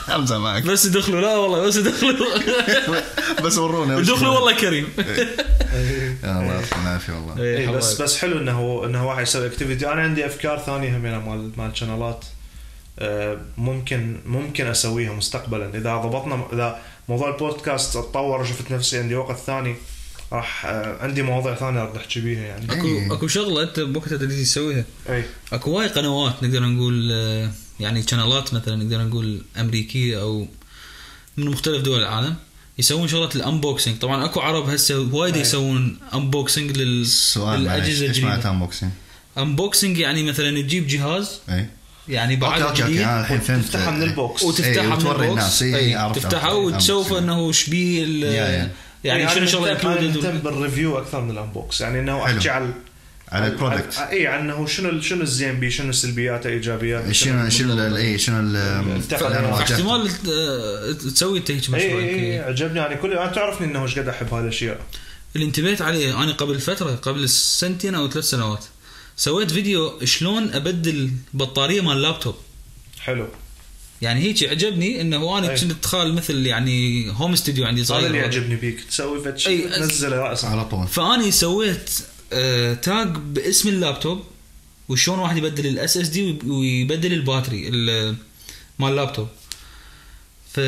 همزه معك
بس دخلوا لا والله بس دخلوا
بس ورونا وش
دخلوا والله كريم
يا الله يعطيكم العافيه والله
إيه،
اي إيه. بس
حبايب.
بس حلو انه انه واحد يسوي اكتيفيتي انا عندي افكار ثانيه همينه يعني مال مال شانلات آه، ممكن ممكن اسويها مستقبلا اذا ضبطنا اذا موضوع البودكاست تطور شفت نفسي عندي وقت ثاني راح آه، عندي مواضيع ثانيه راح احكي بيها يعني إيه.
اكو اكو شغله انت بوقتها تريد تسويها
اي
اكو هواي قنوات نقدر نقول آه، يعني شانلات مثلا نقدر نقول امريكيه او من مختلف دول العالم يسوون شغله الانبوكسنج طبعا اكو عرب هسه وايد يسوون انبوكسنج
سؤال معلش
للاجهزه
ايش معناته
الجديده
انبوكسنج؟
انبوكسنج يعني مثلا تجيب جهاز
اي
يعني
اوكي
بعد
اوكي اوكي
جديد
أنا الحين فهمت
تفتحها من البوكس
وتفتحها
إيه،
من
آه، وتوري
البوكس.
الناس. إيه،
إيه،
عرفت،
تفتحها
عرفت.
وتشوفه
unboxing.
انه شبيه ال-
يا-
إيه،
يعني شنو شغله included
مهتم
وال-
بالريفيو اكثر من الانبوكس يعني انه
حلو.
احكي على
على البرودكت
اي إيه، عنه شنو شنو الزين بيه شنو سلبياته ايجابياته
إيه، شنو شنو ال- اي شنو ال-
التقنيات.
واجهته.
احتمال آه، تسوي انت هيك
اي اي
مشروع
إيه، عجبني يعني كل انا تعرفني انه ايش قد احب هذا الشيء
اللي انتبهت عليه انا قبل فتره قبل سنتين او ثلاث سنوات سويت فيديو شلون ابدل بطاريه مال لابتوب
حلو
يعني هيك عجبني انه انا
أي.
كنت خال مثل يعني هوم استوديو عندي صغير
هذا اللي يعجبني بيك تسوي فد شيء
أي،
تنزله راسا
على طول
فاني سويت آه تاج باسم اللابتوب وشلون واحد يبدل الاس اس دي ويبدل الباتري ال- مال اللابتوب ف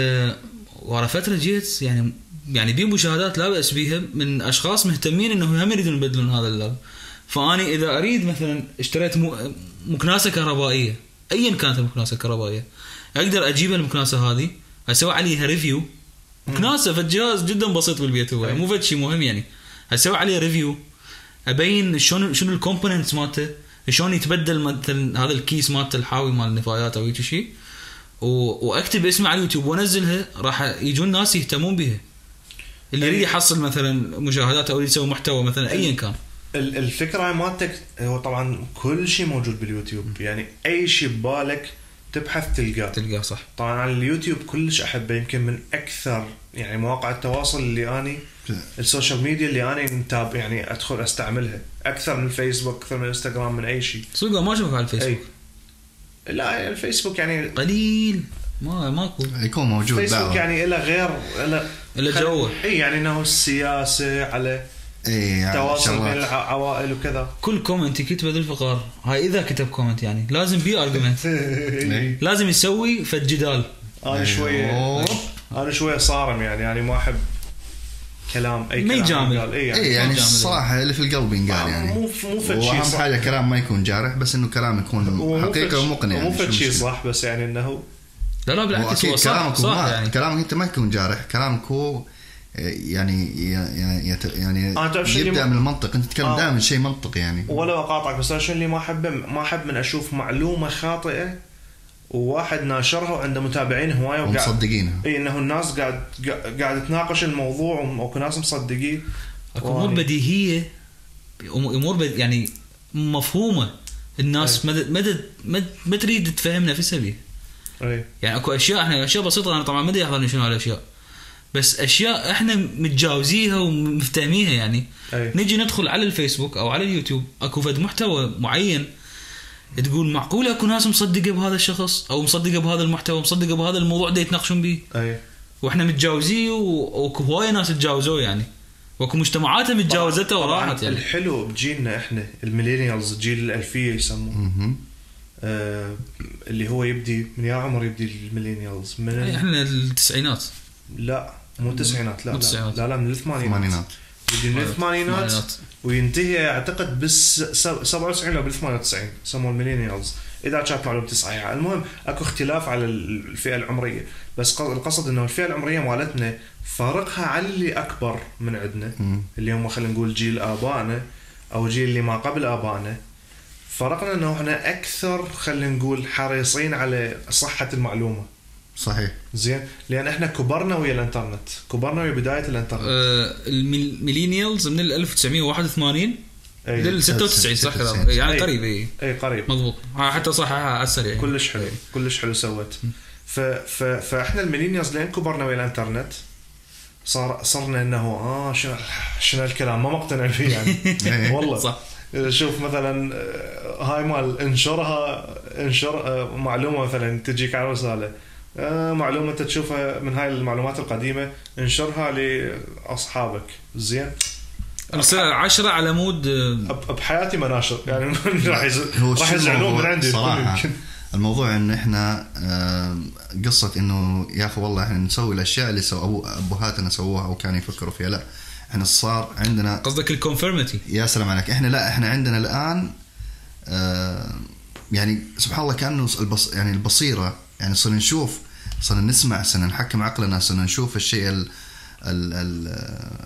ورا فتره جيت يعني يعني بي مشاهدات لا باس بيها من اشخاص مهتمين انه هم يريدون يبدلون هذا اللاب فاني اذا اريد مثلا اشتريت مو- مكناسه كهربائيه ايا كانت المكناسه الكهربائيه اقدر اجيب المكناسه هذه اسوي عليها ريفيو مكناسه فالجهاز جدا بسيط بالبيت هو مو فد شيء مهم يعني اسوي عليه ريفيو ابين شلون شنو الكومبوننتس مالته شلون يتبدل مثلا هذا الكيس مالته الحاوي مال النفايات او هيك شيء و- واكتب اسمه على اليوتيوب وانزلها راح يجون ناس يهتمون بها اللي يريد يحصل مثلا مشاهدات او يريد يسوي محتوى مثلا ايا كان
ال- الفكره هاي مالتك هو طبعا كل شيء موجود باليوتيوب يعني اي شيء ببالك تبحث تلقاه
تلقاه صح
طبعا على اليوتيوب كلش احبه يمكن من اكثر يعني مواقع التواصل اللي اني السوشيال ميديا اللي اني متابع يعني ادخل استعملها اكثر من الفيسبوك اكثر من الانستغرام من اي شيء
صدق ما اشوفك على الفيسبوك
اي إيه. لا الفيسبوك يعني
قليل ما ماكو
يكون موجود
الفيسبوك
بعض
يعني له غير له
إله جوه.
اي يعني انه السياسه على
اي يعني
تواصل بين
شغلات
العوائل وكذا
كل كومنت يكتبه ذو الفقار هاي اذا كتب كومنت يعني لازم بي ارجمنت
إي.
لازم يسوي فد جدال أيوه.
انا شويه
أوه.
انا شويه صارم يعني يعني ما احب كلام اي
ما
كلام
يجامل. إيه،
قال. اي
اي
يعني
يعني
جامد.
الصراحه اللي في القلب ينقال يعني
مو مو فد شيء
واهم
صح
حاجه كلام ما يكون جارح بس انه كلام يكون
ومو فد
حقيقه
شيء-
ومقنع يعني
مو
شو
فد شيء
المشكلة؟
صح بس يعني انه
لا لا بالعكس هو
واكيد
صح
كلامك
صح
ما
يعني
كلامك انت ما يكون جارح كلامك هو آه، يعني يعني يت- يعني
أنا تعرف شو اللي
يبدا
م-
من المنطق انت تتكلم
آه.
دائما شيء منطقي يعني
ولا بقاطعك بس أنا شنو اللي ما احبه ما احب من اشوف معلومه خاطئه وواحد ناشرها وعنده متابعين هوايه وقاعد
ومصدقينها
اي انه إيه، الناس قاعد قاعد- قاعد تناقش الموضوع وم- واكو ناس مصدقين
اكو امور
واني-
بديهيه أم- امور بد- يعني مفهومه الناس ما د- ما د- ما د- ما تريد تفهم نفسها بيها
اي
يعني اكو اشياء احنا اشياء بسيطه انا طبعا ما ادري يحضرني شنو هالاشياء بس اشياء احنا متجاوزيها ومفتهميها يعني
اي
نجي ندخل على الفيسبوك او على اليوتيوب اكو فد محتوى معين تقول معقول اكو ناس مصدقه بهذا الشخص او مصدقه بهذا المحتوى مصدقه بهذا الموضوع ده يتناقشون به
اي
واحنا متجاوزيه و- واكو هوايه ناس تجاوزوه يعني واكو مجتمعاتها متجاوزته وراحت يعني
الحلو بجيلنا احنا الميلينيالز جيل الالفيه يسموه
مهم.
آه اللي هو يبدي من يا عمر يبدي الميلينيالز من
يعني
ال...
احنا التسعينات
لا مو التسعينات لا
مو
لا,
التسعينات.
لا لا من الثمانينات
ثمانينات
يبدي من الثمانينات وينتهي اعتقد بس سب- 97 او بال 98 يسموه الميلينيالز اذا كانت معلومتي صحيحه، المهم اكو اختلاف على ال- الفئه العمريه، بس قص- القصد انه الفئه العمريه مالتنا فارقها على اللي اكبر من عندنا
مم.
اللي هم خلينا نقول جيل ابائنا او جيل اللي ما قبل ابائنا فرقنا انه احنا اكثر خلينا نقول حريصين على صحه المعلومه،
صحيح
زين؟ لان احنا كبرنا ويا الانترنت، كبرنا ويا بدايه الانترنت.
آه، الميلينيالز من ال 1981
اي,
لل 96 صح كلام يعني
أي.
أه، قريب اي
أي قريب
مضبوط ها، حتى صححها على السريع يعني.
كلش حلو كلش حلو سوت ف ف فاحنا الميلينيالز لين كبرنا ويا الانترنت صار صرنا انه اه شنو شنو الكلام ما مقتنع فيه يعني والله
صح
شوف مثلا آه، هاي مال انشرها انشر آه، معلومه مثلا تجيك على رساله آه، معلومه انت تشوفها من هاي المعلومات القديمه انشرها لاصحابك زين
الرسالة 10 على مود آه،
أب- بحياتي مناشر يعني راح يز-
هو
راح
شو
يزعلون من
الموضوع؟
عندي
صراحه الموضوع ان احنا آم، قصه انه يا اخي والله احنا نسوي الاشياء اللي سو أبو ابهاتنا سووها او كانوا يفكروا فيها لا احنا صار عندنا
قصدك الكونفيرمتي
يا سلام عليك احنا لا احنا عندنا الان آم، يعني سبحان الله كانه البص يعني البصيره يعني صرنا نشوف صرنا نسمع صرنا نحكم عقلنا صرنا نشوف الشيء ال ال ال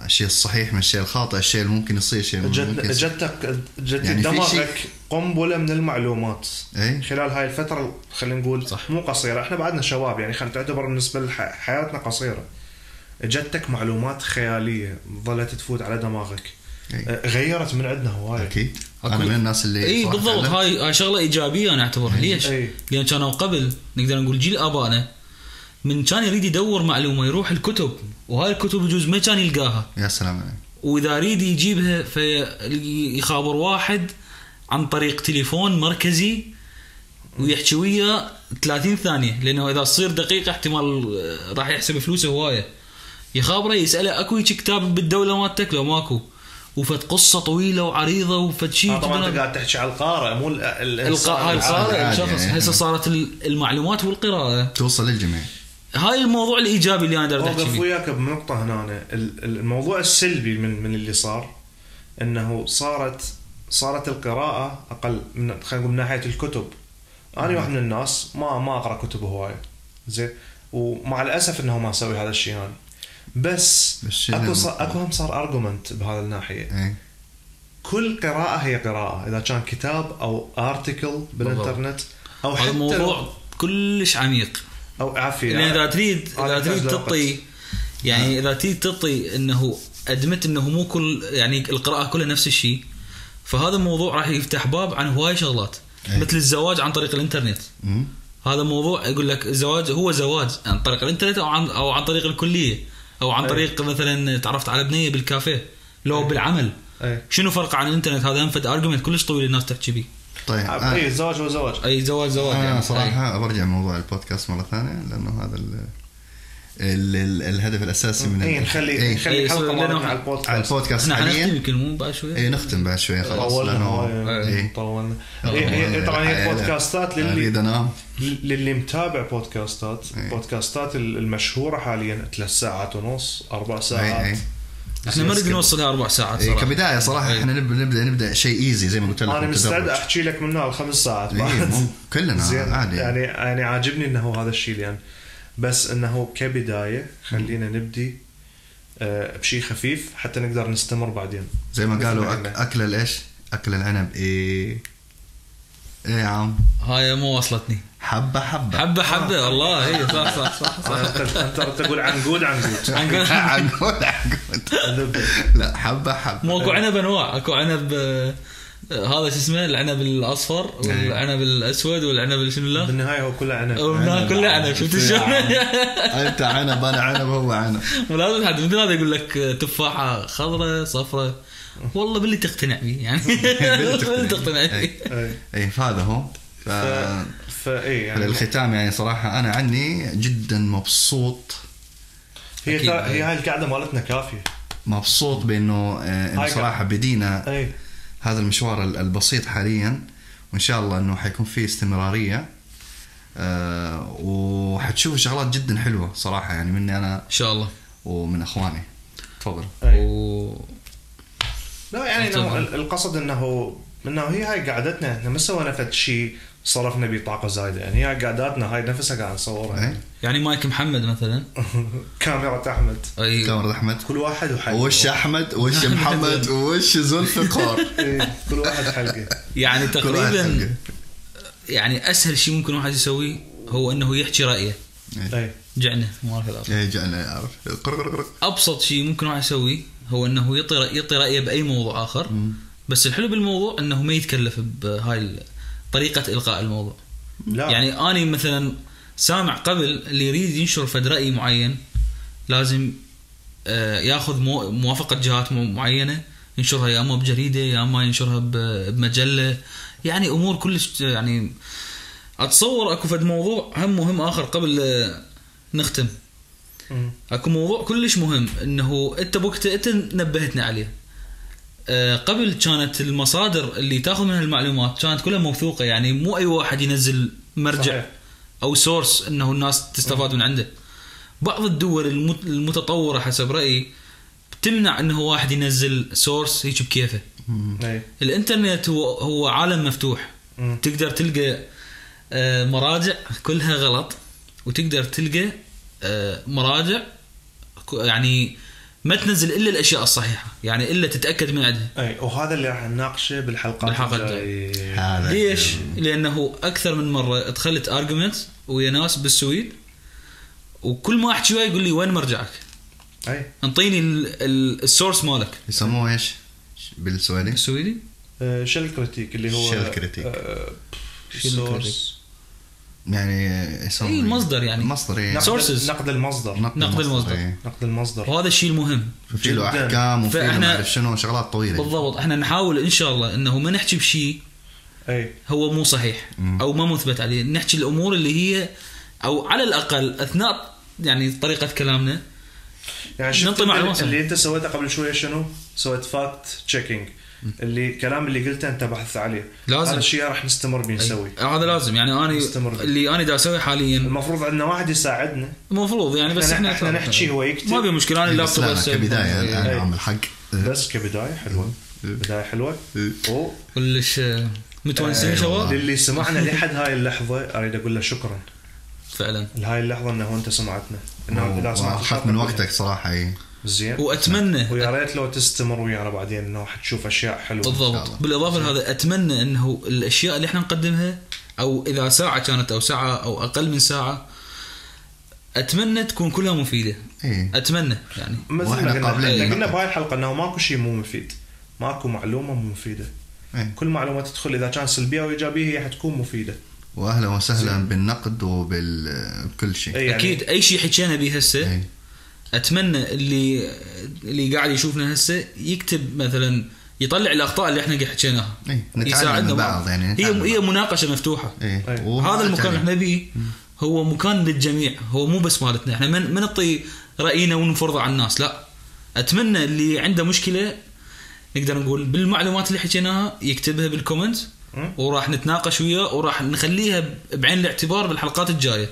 الشيء الصحيح من الشيء الخاطئ الشيء اللي ممكن يصير الشيء اللي ممكن
جت
يصير
جتك جت
يعني في
دماغك
شيء- إيه؟
قنبله من المعلومات
اي
خلال هاي الفتره خلينا نقول
صح.
مو قصيره احنا بعدنا شباب يعني خلينا تعتبر بالنسبه لحياتنا قصيره جتك معلومات خياليه ظلت تفوت على دماغك
إي.
آه، غيرت من عندنا هوايه
اكيد
أكو-
انا من الناس اللي
اي
صراحة
إيه، بالضبط
أعلم.
هاي هاي شغله ايجابيه انا اعتبرها ليش؟
إي.
لان كانوا قبل نقدر نقول جيل ابائنا من كان يريد يدور معلومه يروح الكتب وهاي الكتب يجوز ما كان يلقاها
يا سلام عليك
واذا يريد يجيبها فيخابر واحد عن طريق تليفون مركزي ويحكي وياه 30 ثانيه لانه اذا تصير دقيقه احتمال آه، راح يحسب فلوسه هوايه يخابره يساله اكو هيك كتاب بالدوله مالتك لو ماكو وفد قصه طويله وعريضه وفد شيء
آه، طبعا انت قاعد تحكي على القارئ مو ال-
الق-
الانسان
هاي
العادي.
القارئ
العادي
الشخص
يعني.
هسه صارت ال- المعلومات والقراءه
توصل للجميع
هاي الموضوع الايجابي اللي انا اقدر احكي
اوقف
فيه
وياك بنقطة هنا أنا. ال- ال- الموضوع السلبي من من اللي صار انه صارت صارت القراءة اقل من خلينا نقول من ناحية الكتب. انا واحد من الناس ما ما اقرا كتب هواية. زين ومع الاسف انه ما اسوي هذا الشيء انا. بس
بس
اكو
شنو؟
صار اكو هم صار ارجومنت بهذا الناحية.
اي
كل قراءة هي قراءة اذا كان كتاب او ارتكل بالانترنت او
هذا
حتى
الموضوع كلش عميق
او عافية
يعني اذا تريد
هذا
اذا
يحتاج
تريد
لوقت.
تعطي يعني اذا تريد تعطي انه ادمت انه مو كل يعني القراءه كلها نفس الشيء فهذا الموضوع راح يفتح باب عن هواي شغلات
أي.
مثل الزواج عن طريق الانترنت
مم.
هذا موضوع يقول لك الزواج هو زواج عن طريق الانترنت او عن او عن طريق الكليه او عن
أي.
طريق مثلا تعرفت على بنيه بالكافيه لو بالعمل
إيه.
شنو فرق عن الانترنت هذا انفد ارجمنت كلش طويل الناس تحكي بيه
طيب آه.
اي إيه، زواج وزواج
اي زواج زواج
انا
يعني أي.
صراحه برجع موضوع البودكاست مره ثانيه لانه هذا ال ال ال الهدف الاساسي من
اي
ال-
نخلي
إيه.
نخلي
إيه،
الحلقه
لأنه
مالتنا
إحنا-
على
على
البودكاست
البودكاست
احنا حنختم
حاليا
يمكن مو بعد شويه
اي نختم بعد شوي خلاص
طولنا
لانه
هواي.
إيه.
طولنا
يلا،
هي- هي-
والله
طبعا إيه، هي
العيلة.
البودكاستات
اريد
للي
انام
للي متابع بودكاستات
إيه.
البودكاستات ال- المشهوره حاليا ثلاث ساعات ونص اربع
إيه،
ساعات
إيه.
احنا ما نريد نوصلها اربع ساعات
إيه،
صراحه
كبدايه صراحه
إيه.
احنا نب- نبدا نبدا شيء ايزي زي ما قلت لك
انا مستعد
متدرج.
احكي لك منها الخمس ساعات
إيه، مو-
زين
كلنا عادي
يعني يعني عاجبني انه هذا الشيء يعني بس انه كبدايه خلينا نبدي آه، بشيء خفيف حتى نقدر نستمر بعدين
زي ما قالوا
مثل
أك... اكل الايش؟ اكل العنب ايه ايه يا عم
هاي مو وصلتني
حبه حبه
حبه حبه والله اي صح صح صح, صح.
انت أنت تقول عنقود عنقود
عنقود.
عنقود عنقود لا حبه حبه
مو اكو عنب انواع اكو عنب آه، آه، هذا شو اسمه العنب الاصفر والعنب الاسود والعنب شنو الله
بالنهايه هو كله عنب
وبناكل كله عنب شفت شلون؟
انت عنب انا عنب هو عنب
ولازم حد مثل هذا يقول لك تفاحه خضراء صفراء والله باللي تقتنع به يعني
إيه،
باللي تقتنع به
إيه.
ايه فهذا هو آه، ف...
ف... فاي يعني
للختام يعني صراحه انا عني جدا مبسوط
هي
أكيد.
هي هاي القعده مالتنا كافيه
مبسوط بانه آه، إنه
هاي
صراحه بدينا
اي
هذا المشوار ال- البسيط حاليا وان شاء الله انه حيكون فيه استمراريه آه، وحتشوف شغلات جدا حلوه صراحه يعني مني انا
ان شاء الله
ومن اخواني تفضل
إي.
و...
إيه. لا يعني انه ال- القصد انه انه هي هاي قعدتنا احنا ما سوينا فد شيء صرفنا به طاقه زايده يعني هاي قعداتنا هاي نفسها قاعد نصورها
إيه.
يعني.
يعني مايك محمد مثلا
كاميرا احمد
اي
كاميرا احمد
كل واحد وحلقه
وش احمد وش محمد وش زلفقار
إيه، كل واحد حلقه
يعني
كل واحد
تقريبا
حلقة.
يعني اسهل شيء ممكن واحد يسويه هو انه يحكي رايه
اي
جعنه ما اعرف الآخر.
إيه، جعلنا اعرف قر- قر- قر.
ابسط شيء ممكن واحد يسويه هو انه يعطي رأي- يعطي رايه باي موضوع اخر بس الحلو بالموضوع انه ما يتكلف بهاي ال- طريقه القاء الموضوع
لا يعني
يعني اني مثلا سامع قبل اللي يريد ينشر فد راي معين لازم آه، ياخذ مو- موافقه جهات مو- معينه ينشرها يا اما بجريده يا اما ينشرها ب- بمجله يعني امور كلش يعني اتصور اكو فد موضوع هم مهم اخر قبل آه، نختم اكو موضوع كلش مهم انه انت بوقتها انت نبهتنا عليه آه، قبل كانت المصادر اللي تاخذ منها المعلومات كانت كلها موثوقه يعني مو اي واحد ينزل مرجع
صحيح.
صحيح. او سورس انه الناس تستفاد من عنده بعض الدول المت- المتطوره حسب رايي تمنع انه واحد ينزل سورس هيك بكيفه
اي
الانترنت هو هو عالم مفتوح
مم.
تقدر تلقى آه، مراجع كلها غلط وتقدر تلقى آه، مراجع ك- يعني ما تنزل الا الاشياء الصحيحه يعني الا تتاكد من عندها
اي إيه. وهذا اللي راح نناقشه بالحلقات
بالحلقة
الجايه
هذا
ليش؟ لانه اكثر من مره دخلت ارجيومنت ويا ناس بالسويد وكل ما احكي وياه يقول لي وين مرجعك؟
اي
انطيني ال- ال- السورس مالك
يسموه ايش؟ بالسويدي؟
السويدي
آه، شل كريتيك اللي هو
شل كريتيك.
آه،
شل
سورس
يعني يسموه
إيه، مصدر يعني.
مصدر ايه
نقد-
Sources.
نقد المصدر
نقد المصدر.
إيه.
نقد المصدر
وهذا الشيء المهم
ففي له
جداً.
احكام وفي له
فإحنا-
ما اعرف شنو شغلات طويله
بالضبط احنا نحاول ان شاء الله انه ما نحكي بشيء
اي
هو مو صحيح او ما مثبت عليه نحكي الامور اللي هي او على الاقل اثناء يعني طريقه كلامنا
يعني شفت
ننطي
اللي-
معلومات.
اللي انت سويته قبل شويه شنو؟ سويت فاكت تشيكينج اللي الكلام اللي قلته انت بحثت عليه
لازم.
هذا الشيء راح نستمر به نسويه
هذا لازم يعني انا
نستمر.
اللي انا دا اسويه حاليا
المفروض عندنا واحد يساعدنا
المفروض يعني بس
إحنا-
احنا
إحنا نحكي هو يكتب.
ما بي مشكله انا
إيه، بس
اللابتوب
لا
بس-
لا، كبدايه
إيه.
الان عم الحق
بس كبدايه حلوه بدايه حلوه و
كلش آه، متونسين شباب
آه. للي سمعنا لحد هاي اللحظه اريد اقول له شكرا
فعلا
لهاي اللحظه انه انت سمعتنا انه إذا سمعت
اخذت
الحلقة
من
كلها.
وقتك إيه. صراحه اي
زين
واتمنى
آه، ويا ريت لو تستمر ويانا بعدين انه حتشوف اشياء حلوه
بالضبط
الله.
بالاضافه لهذا اتمنى انه الاشياء اللي احنا نقدمها او اذا ساعه كانت او ساعه او اقل من ساعه اتمنى تكون كلها مفيده
إيه.
اي
اتمنى يعني
مثل
وإحنا
ما قلنا
قابلين
إحنا قلنا
للنقد.
بهاي الحلقه انه ماكو شيء مو مفيد ماكو معلومه مو مفيده
إيه.
كل معلومه تدخل اذا كان سلبيه او ايجابيه هي حتكون مفيده
واهلا وسهلا بالنقد وبال بكل شيء
إيه يعني
اكيد اي شيء حكينا به هسه
إيه.
اتمنى اللي اللي قاعد يشوفنا هسه يكتب مثلا يطلع الاخطاء اللي احنا قاعد حكيناها
إيه، نتعلم
يساعدنا
من
بعض.
بعض يعني، نتعلم
هي هي
بعض.
مناقشه مفتوحه
إيه.
إيه.
وهذا
هذا المكان
يعني
اللي احنا بيه هو مكان للجميع هو مو بس مالتنا احنا ما ما نعطي راينا ونفرضه على الناس لا اتمنى اللي عنده مشكله نقدر نقول بالمعلومات اللي حكيناها يكتبها بالكومنت
مم.
وراح نتناقش وياه وراح نخليها ب- بعين الاعتبار بالحلقات الجايه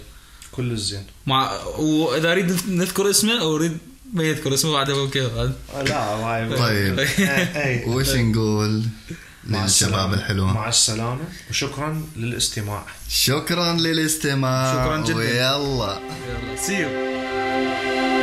كل الزين
مع واذا اريد نذكر اسمه او اريد ما يذكر اسمه بعد أبو كيف بعد.
لا هاي
طيب
إيه.
وش نقول للشباب
مع السلامة.
الحلوة
مع السلامه وشكرا للاستماع
شكرا للاستماع
شكراً جداً.
ويلا
يلا سي يو